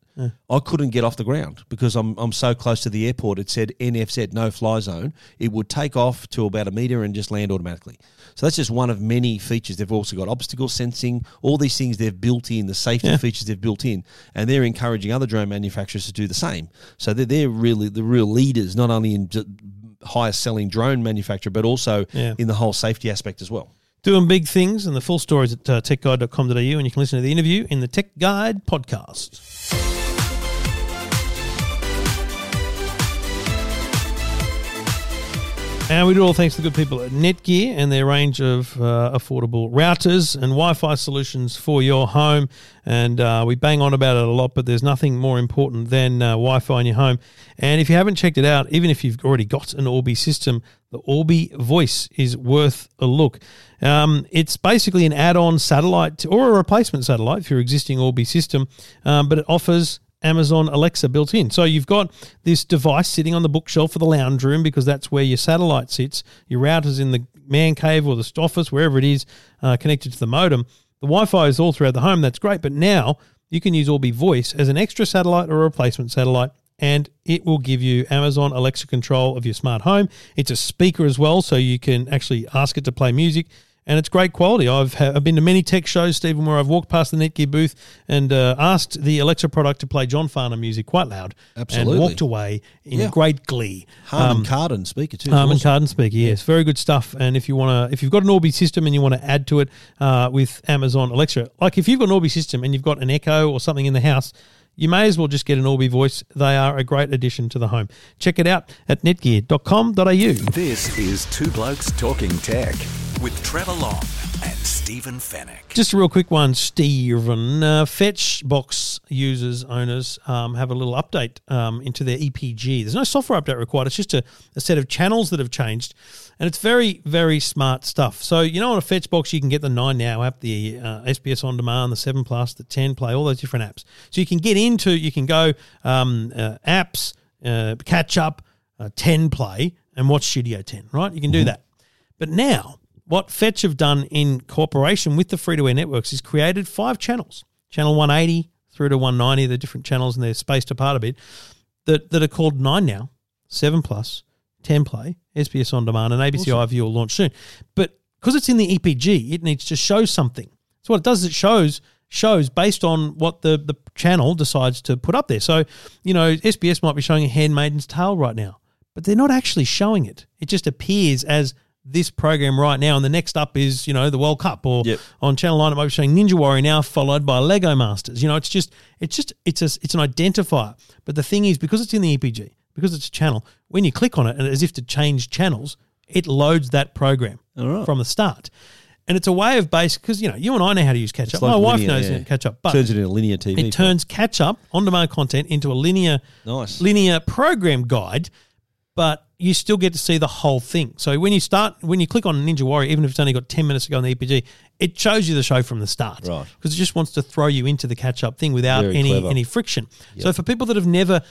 I couldn't get off the ground because I'm I'm so close to the airport. It said NFZ no fly zone. It would take off to about a meter and just land automatically. So that's just one of many features. They've also got obstacle sensing, all these things they've built in, the safety features they've built in, and they're encouraging other drone manufacturers to do the same. So they're, they're really the real leaders, not only in d- highest selling drone manufacturer, but also
Yeah.
in the whole safety aspect as well.
doing big things, and the full story is at uh, techguide.com.au, and you can listen to the interview in the Tech Guide podcast. And we do all thanks to the good people at Netgear and their range of uh, affordable routers and Wi Fi solutions for your home. And uh, we bang on about it a lot, but there's nothing more important than uh, Wi Fi in your home. And if you haven't checked it out, even if you've already got an Orbi system, the Orbi Voice is worth a look. Um, it's basically an add on satellite to- or a replacement satellite for your existing Orbi system, um, but it offers Amazon Alexa built in. So you've got this device sitting on the bookshelf of the lounge room because that's where your satellite sits. Your router's in the man cave or the office, wherever it is, uh, connected to the modem. The Wi Fi is all throughout the home. That's great. But now you can use Orbi Voice as an extra satellite or a replacement satellite. And it will give you Amazon Alexa control of your smart home. It's a speaker as well, so you can actually ask it to play music and it's great quality. I've ha- I've been to many tech shows, Stephen, where I've walked past the Netgear booth and uh, asked the Alexa product to play John Farnham music quite loud,
Absolutely.
and walked away in
Yeah.
great glee. Uh,
Harman Kardon speaker too.
Harman
Awesome.
Kardon speaker, yes, very good stuff. And if you want to, if you've got an Orbi system and you want to add to it uh, with Amazon Alexa, like if you've got an Orbi system and you've got an Echo or something in the house, you may as well just get an Orbi voice. They are a great addition to the home. Check it out at netgear.com.au.
This is Two Blokes Talking Tech with Trevor Long and Stephen Fennec.
Just a real quick one, Stephen. Uh, Fetchbox users, owners um, have a little update um, into their EPG. There's no software update required. It's just a, a set of channels that have changed, and it's very, very smart stuff. So you know, on a Fetchbox, you can get the Nine Now app, the uh, SBS On Demand, the Seven Plus, the Ten Play, all those different apps. So you can get into, you can go um, uh, apps, uh, catch up, uh, Ten Play, and watch Studio Ten. Right, you can do that. But now, what Fetch have done in cooperation with the free to air networks is created five channels channel 180 through to 190, they're different channels and they're spaced apart a bit, that, that are called 9 Now, 7 Plus, 10 Play, SBS On Demand, and ABC iView will launch soon. But because it's in the EPG, it needs to show something. So what it does is it shows shows based on what the, the channel decides to put up there. So, you know, SBS might be showing a handmaiden's tale right now, but they're not actually showing it. It just appears as this program right now, and the next up is, you know, the World Cup or
Yep.
on Channel 9 it might be showing Ninja Warrior now followed by Lego Masters. You know, it's just it's just it's a, it's an identifier. But the thing is because it's in the EPG, because it's a channel, when you click on it and as if to change channels, it loads that program from the start. And it's a way of base because you know you and I know how to use catch up.
like
My wife
linear,
knows
yeah.
how to catch up, but
turns it into linear TV.
it turns catch up on demand content into a linear
Nice.
linear program guide, but you still get to see the whole thing. So when you start when you click on Ninja Warrior, even if it's only got ten minutes to go on the EPG, it shows you the show from the start.
Right.
Because it just wants to throw you into the catch up thing without
Very
any
clever.
any friction. So for people that have never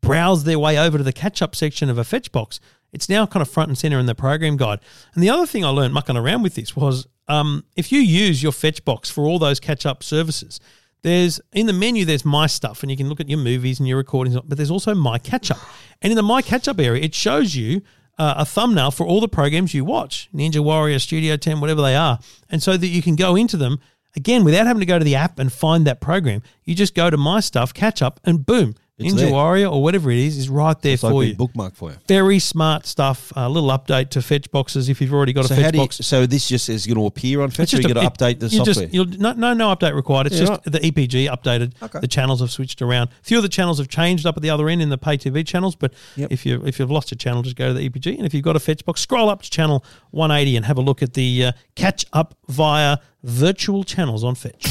browsed their way over to the catch up section of a fetch box, it's now kind of front and center in the program guide. And the other thing I learned mucking around with this was um, if you use your fetch box for all those catch up services, there's in the menu there's my stuff and you can look at your movies and your recordings, but there's also my catch up. And in the my catch up area, it shows you uh, a thumbnail for all the programs you watch, Ninja Warrior, Studio 10, whatever they are, and so that you can go into them Again, without having to go to the app and find that program, you just go to My Stuff, catch up, and boom,
It's
Ninja
there.
Warrior or whatever it is is right there
It's
for
like
you.
being bookmarked for you.
Very smart stuff. A little update to fetch boxes if you've already got a
So how
fetch
do you,
box.
so this just is going to appear on Fetch.
It's
Or you
a-
got to
it-
update the
you just-
software.
you'll- no, no, no update required. It's
Yeah,
just
right.
the EPG updated.
Okay.
The channels have switched around. A few of the channels have changed up at the other end in the pay TV channels, but
Yep.
if you if you've lost your channel, just go to the EPG. And if you've got a fetch box, scroll up to channel 180 and have a look at the uh, catch up via virtual channels on Fetch.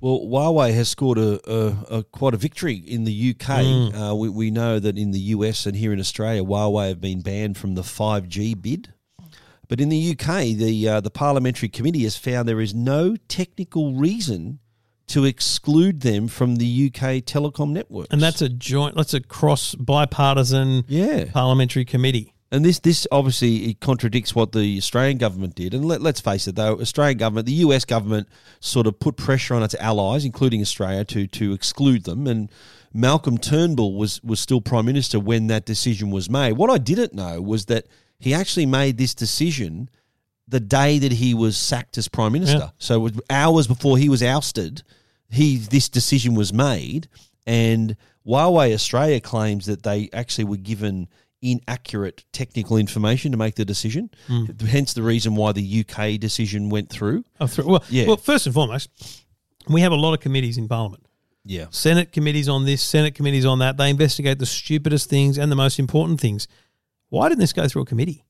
Well, Huawei has scored a, a, a quite a victory in the UK. Uh, we, we know that in the US and here in Australia, Huawei have been banned from the 5G bid. But in the UK, the uh, the parliamentary committee has found there is no technical reason to exclude them from the UK telecom network.
And that's a joint. That's a cross bipartisan
yeah.
parliamentary committee.
And this this obviously it contradicts what the Australian government did. And let, let's face it, though, Australian government, the US government, sort of put pressure on its allies, including Australia, to to exclude them. And Malcolm Turnbull was was still prime minister when that decision was made. What I didn't know was that he actually made this decision the day that he was sacked as prime minister.
Yeah.
So it was hours before he was ousted, he this decision was made, and Huawei Australia claims that they actually were given inaccurate technical information to make the decision.
Hmm.
Hence the reason why the UK decision went through.
Oh, through, well,
Yeah.
well, first and foremost, we have a lot of committees in Parliament.
Yeah.
Senate committees on this, Senate committees on that. They investigate the stupidest things and the most important things. Why didn't this go through a committee?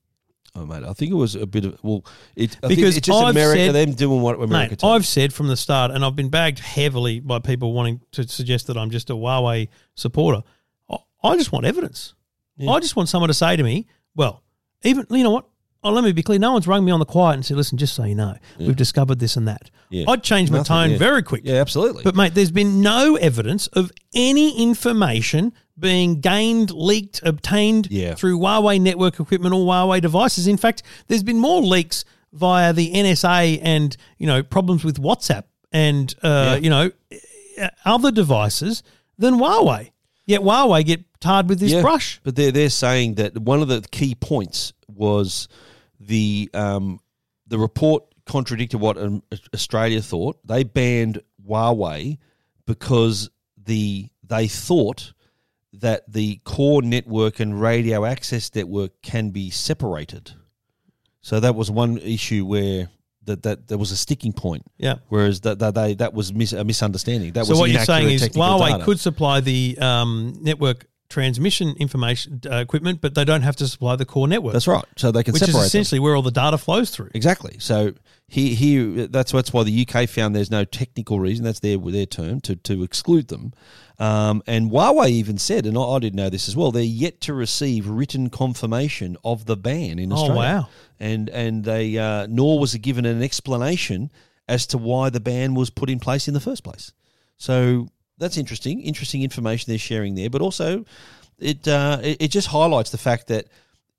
Oh mate, I think it was a bit of well, it I
Because
think it's just
I've
America
said-
them doing what America
Mate,
does.
I've said from the start, and I've been bagged heavily by people wanting to suggest that I'm just a Huawei supporter. I, I just want evidence. I just want someone to say to me, well, even, you know what? Oh, let me be clear. No one's rung me on the quiet and said, listen, just so you know, we've discovered this and that.
Yeah.
I'd change my
Nothing,
tone
yeah.
very quickly.
yeah, absolutely.
But mate, there's been no evidence of any information being gained, leaked, obtained
Yeah.
through Huawei network equipment or Huawei devices. In fact, there's been more leaks via the NSA and you know problems with WhatsApp and uh, you know uh, other devices than Huawei. Yet Huawei get tarred with this
Yeah,
brush.
But they're they're saying that one of the key points was the um, the report contradicted what um, Australia thought. They banned Huawei because the they thought that the core network and radio access network can be separated. So that was one issue where that that there was a sticking point.
Yeah.
Whereas that that they that was mis- a misunderstanding. That
So
was
what you're saying
inaccurate
is
technical
Huawei
data.
could supply the um, network transmission information uh, equipment, but they don't have to supply the core network.
That's right. So they can
which is
separate them.
essentially where all the data flows through.
Exactly. So here, here that's that's why the UK found there's no technical reason. That's their their term to to exclude them. Um, and Huawei even said, and I, I didn't know this as well. They're yet to receive written confirmation of the ban in
Oh,
Australia.
wow.
And and they uh, nor was it given an explanation as to why the ban was put in place in the first place. So that's interesting. Interesting information they're sharing there, but also it uh, it, it just highlights the fact that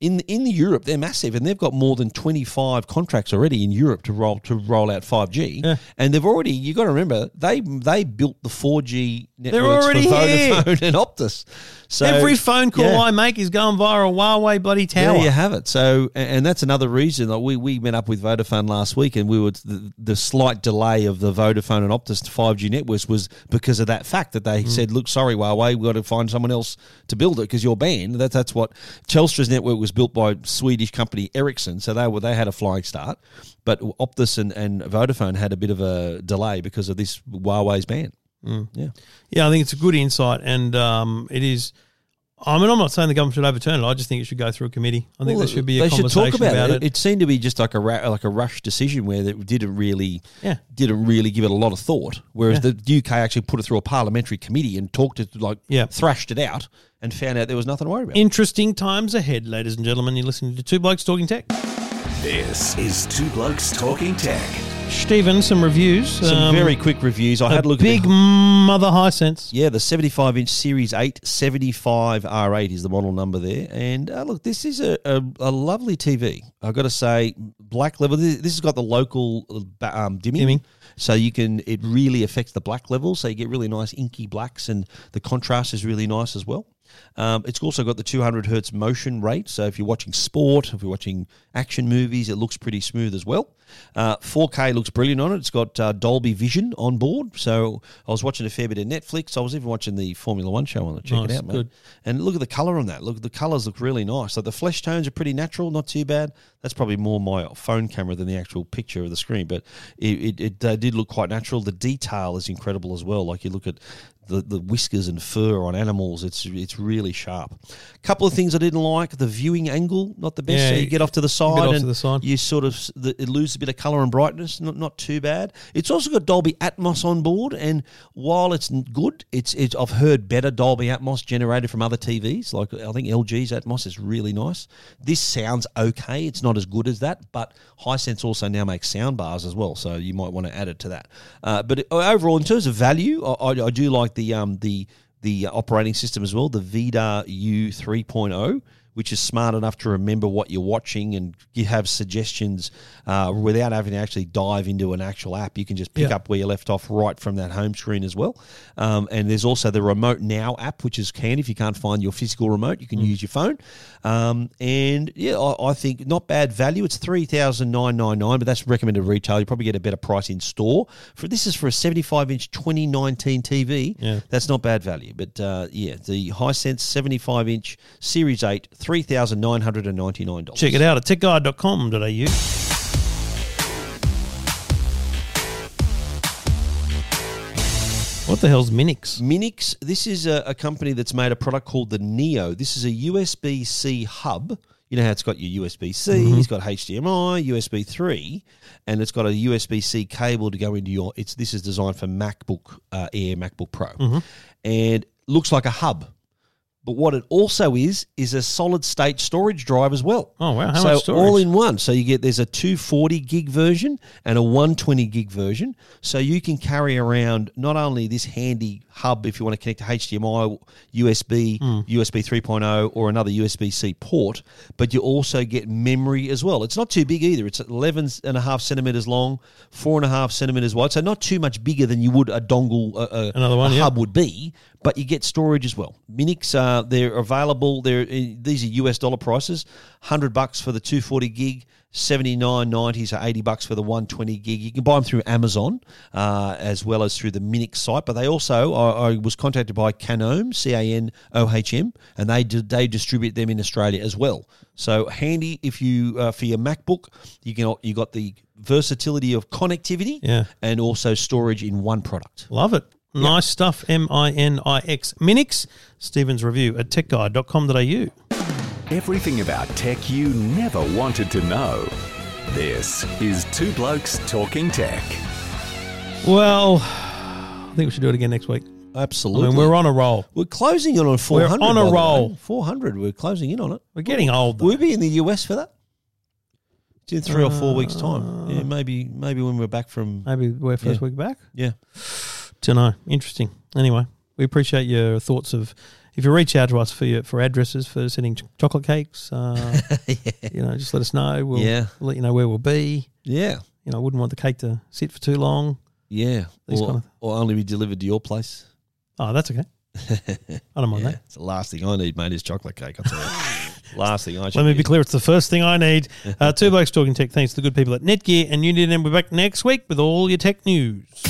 in in Europe they're massive and they've got more than twenty five contracts already in Europe to roll to roll out five G,
Yeah.
and they've already you got to remember they they built the four G
They're
networks for
already here.
Vodafone and Optus. So
Every phone call
yeah.
I make is going via a Huawei bloody tower.
There you have it. So, a- and that's another reason that we, we met up with Vodafone last week, and we were the, the slight delay of the Vodafone and Optus five G networks was because of that fact that they said, "Look, sorry, Huawei, we've got to find someone else to build it because you're banned." That, that's what Telstra's network was built by Swedish company Ericsson, so they were they had a flying start, but Optus and, and Vodafone had a bit of a delay because of this Huawei's ban. Yeah,
Yeah, I think it's a good insight, and um, it is. I mean, I'm not saying the government should overturn it. I just think it should go through a committee. I think
Well,
there should be a
they
conversation
should talk about, it.
it.
it. seemed to be just like a ra- like a rush decision where they didn't really
Yeah.
didn't really give it a lot of thought. Whereas the UK actually put it through a parliamentary committee and talked it like
Yeah.
thrashed it out and found out there was nothing to worry about.
Interesting times ahead, ladies and gentlemen. You're listening to Two Blokes Talking Tech.
This is Two Blokes Talking Tech.
Stephen, some reviews.
Some
Um,
very quick reviews. I
a
had a look
big
at the,
mother high sense.
yeah the seventy five inch Series 8 75 R8 is the model number there. And uh, look, this is a, a, a lovely TV. I've got to say, black level. This, this has got the local uh, ba- um, dimming.
Dimming.
So you can, it really affects the black level. So you get really nice inky blacks and the contrast is really nice as well. Um, it's also got the 200 hertz motion rate. So if you're watching sport, if you're watching action movies, it looks pretty smooth as well. Uh, 4K looks brilliant on it. It's got uh, Dolby Vision on board. So I was watching a fair bit of Netflix. I was even watching the Formula One show on it. Check
Nice,
it out, mate.
good.
And look at the color on that. Look, the colors look really nice. So the flesh tones are pretty natural, not too bad. That's probably more my phone camera than the actual picture of the screen, but it, it, it uh, did look quite natural. The detail is incredible as well. Like you look at the, the whiskers and fur on animals, it's it's really sharp. couple of things I didn't like: the viewing angle, not the best.
Yeah,
so you get off to the side,
off
and
to the side.
you sort of s- the, it loses a bit of color and brightness. Not not too bad. It's also got Dolby Atmos on board, and while it's n- good, it's it's I've heard better Dolby Atmos generated from other TVs. Like I think LG's Atmos is really nice. This sounds okay. It's not as good as that, but Hisense also now makes sound bars as well, so you might want to add it to that. Uh, but it- overall, in terms of value, I, I, I do like the um the the operating system as well, the Vida U oh. 3.0, which is smart enough to remember what you're watching and you have suggestions uh, without having to actually dive into an actual app. You can just pick
Yeah.
up where you left off right from that home screen as well. Um, and there's also the Remote Now app, which is handy if you can't find your physical remote, you can use your phone. Um, and yeah, I, I think not bad value. It's three thousand nine nine nine, but that's recommended retail. You probably get a better price in store. For this is for a 75 inch 2019 TV.
Yeah.
That's not bad value, but uh, yeah, the Hisense 75 inch Series 8, $3,999.
Check it out at techguide.com.au. What the hell's Minix?
Minix, this is a, a company that's made a product called the Neo. This is a USB C hub. You know how it's got your USB C,
Mm-hmm.
it's got HDMI, USB 3, and it's got a USB C cable to go into your. It's This is designed for MacBook uh, Air, MacBook Pro,
Mm-hmm.
and looks like a hub. But what it also is is a solid state storage drive as well.
Oh, wow. How
so
much storage?
all in one. So you get there's a 240 gig version and a 120 gig version. So you can carry around not only this handy hub if you want to connect to HDMI, USB,
Hmm.
USB 3.0, oh, or another USB C port, but you also get memory as well. It's not too big either. It's 11 and a half centimeters long, four and a half centimeters wide. So not too much bigger than you would a dongle, a, a,
Another one,
a
yeah.
hub would be, but you get storage as well. Minix, uh, they're available. They're uh, these are US dollar prices. Hundred bucks for the two forty gig, seventy nine ninety, so eighty bucks for the one twenty gig. You can buy them through Amazon uh, as well as through the Minix site. But they also, I, I was contacted by Canom, C A N O H M, and they do, they distribute them in Australia as well. So handy if you uh, for your MacBook, you can you got the versatility of connectivity
Yeah.
and also storage in one product.
Love it. Nice stuff. M I N I X. Minix. Stephen's review at techguide.com.au.
Everything about tech you never wanted to know. This is Two Blokes Talking Tech.
Well, I think we should do it again next week. I
Absolutely.
mean, we're on a roll.
We're closing in on 400.
on a
by the way.
roll.
400. We're closing in on it.
We're getting old. Though.
We'll be in the US for that. It's in three or four weeks'
Uh,
time. Yeah, maybe maybe when we're back from.
Maybe we're first
Yeah.
week back.
Yeah.
Don't know. Interesting. Anyway, we appreciate your thoughts of. If you reach out to us for your, for addresses for sending ch- chocolate cakes, uh, you know, just let us know. We'll
Yeah.
let you know where we'll be.
Yeah.
You know, I wouldn't want the cake to sit for too long.
Yeah.
These
Or,
kind of-
or only be delivered to your place.
Oh, that's okay. I don't mind
Yeah.
that.
It's the last thing I need, mate, is chocolate cake. I'll tell you. last thing I should
Let me
need.
be clear. It's the first thing I need. Uh, two blokes talking tech. Thanks to the good people at Netgear and Unity. And we're back next week with all your tech news.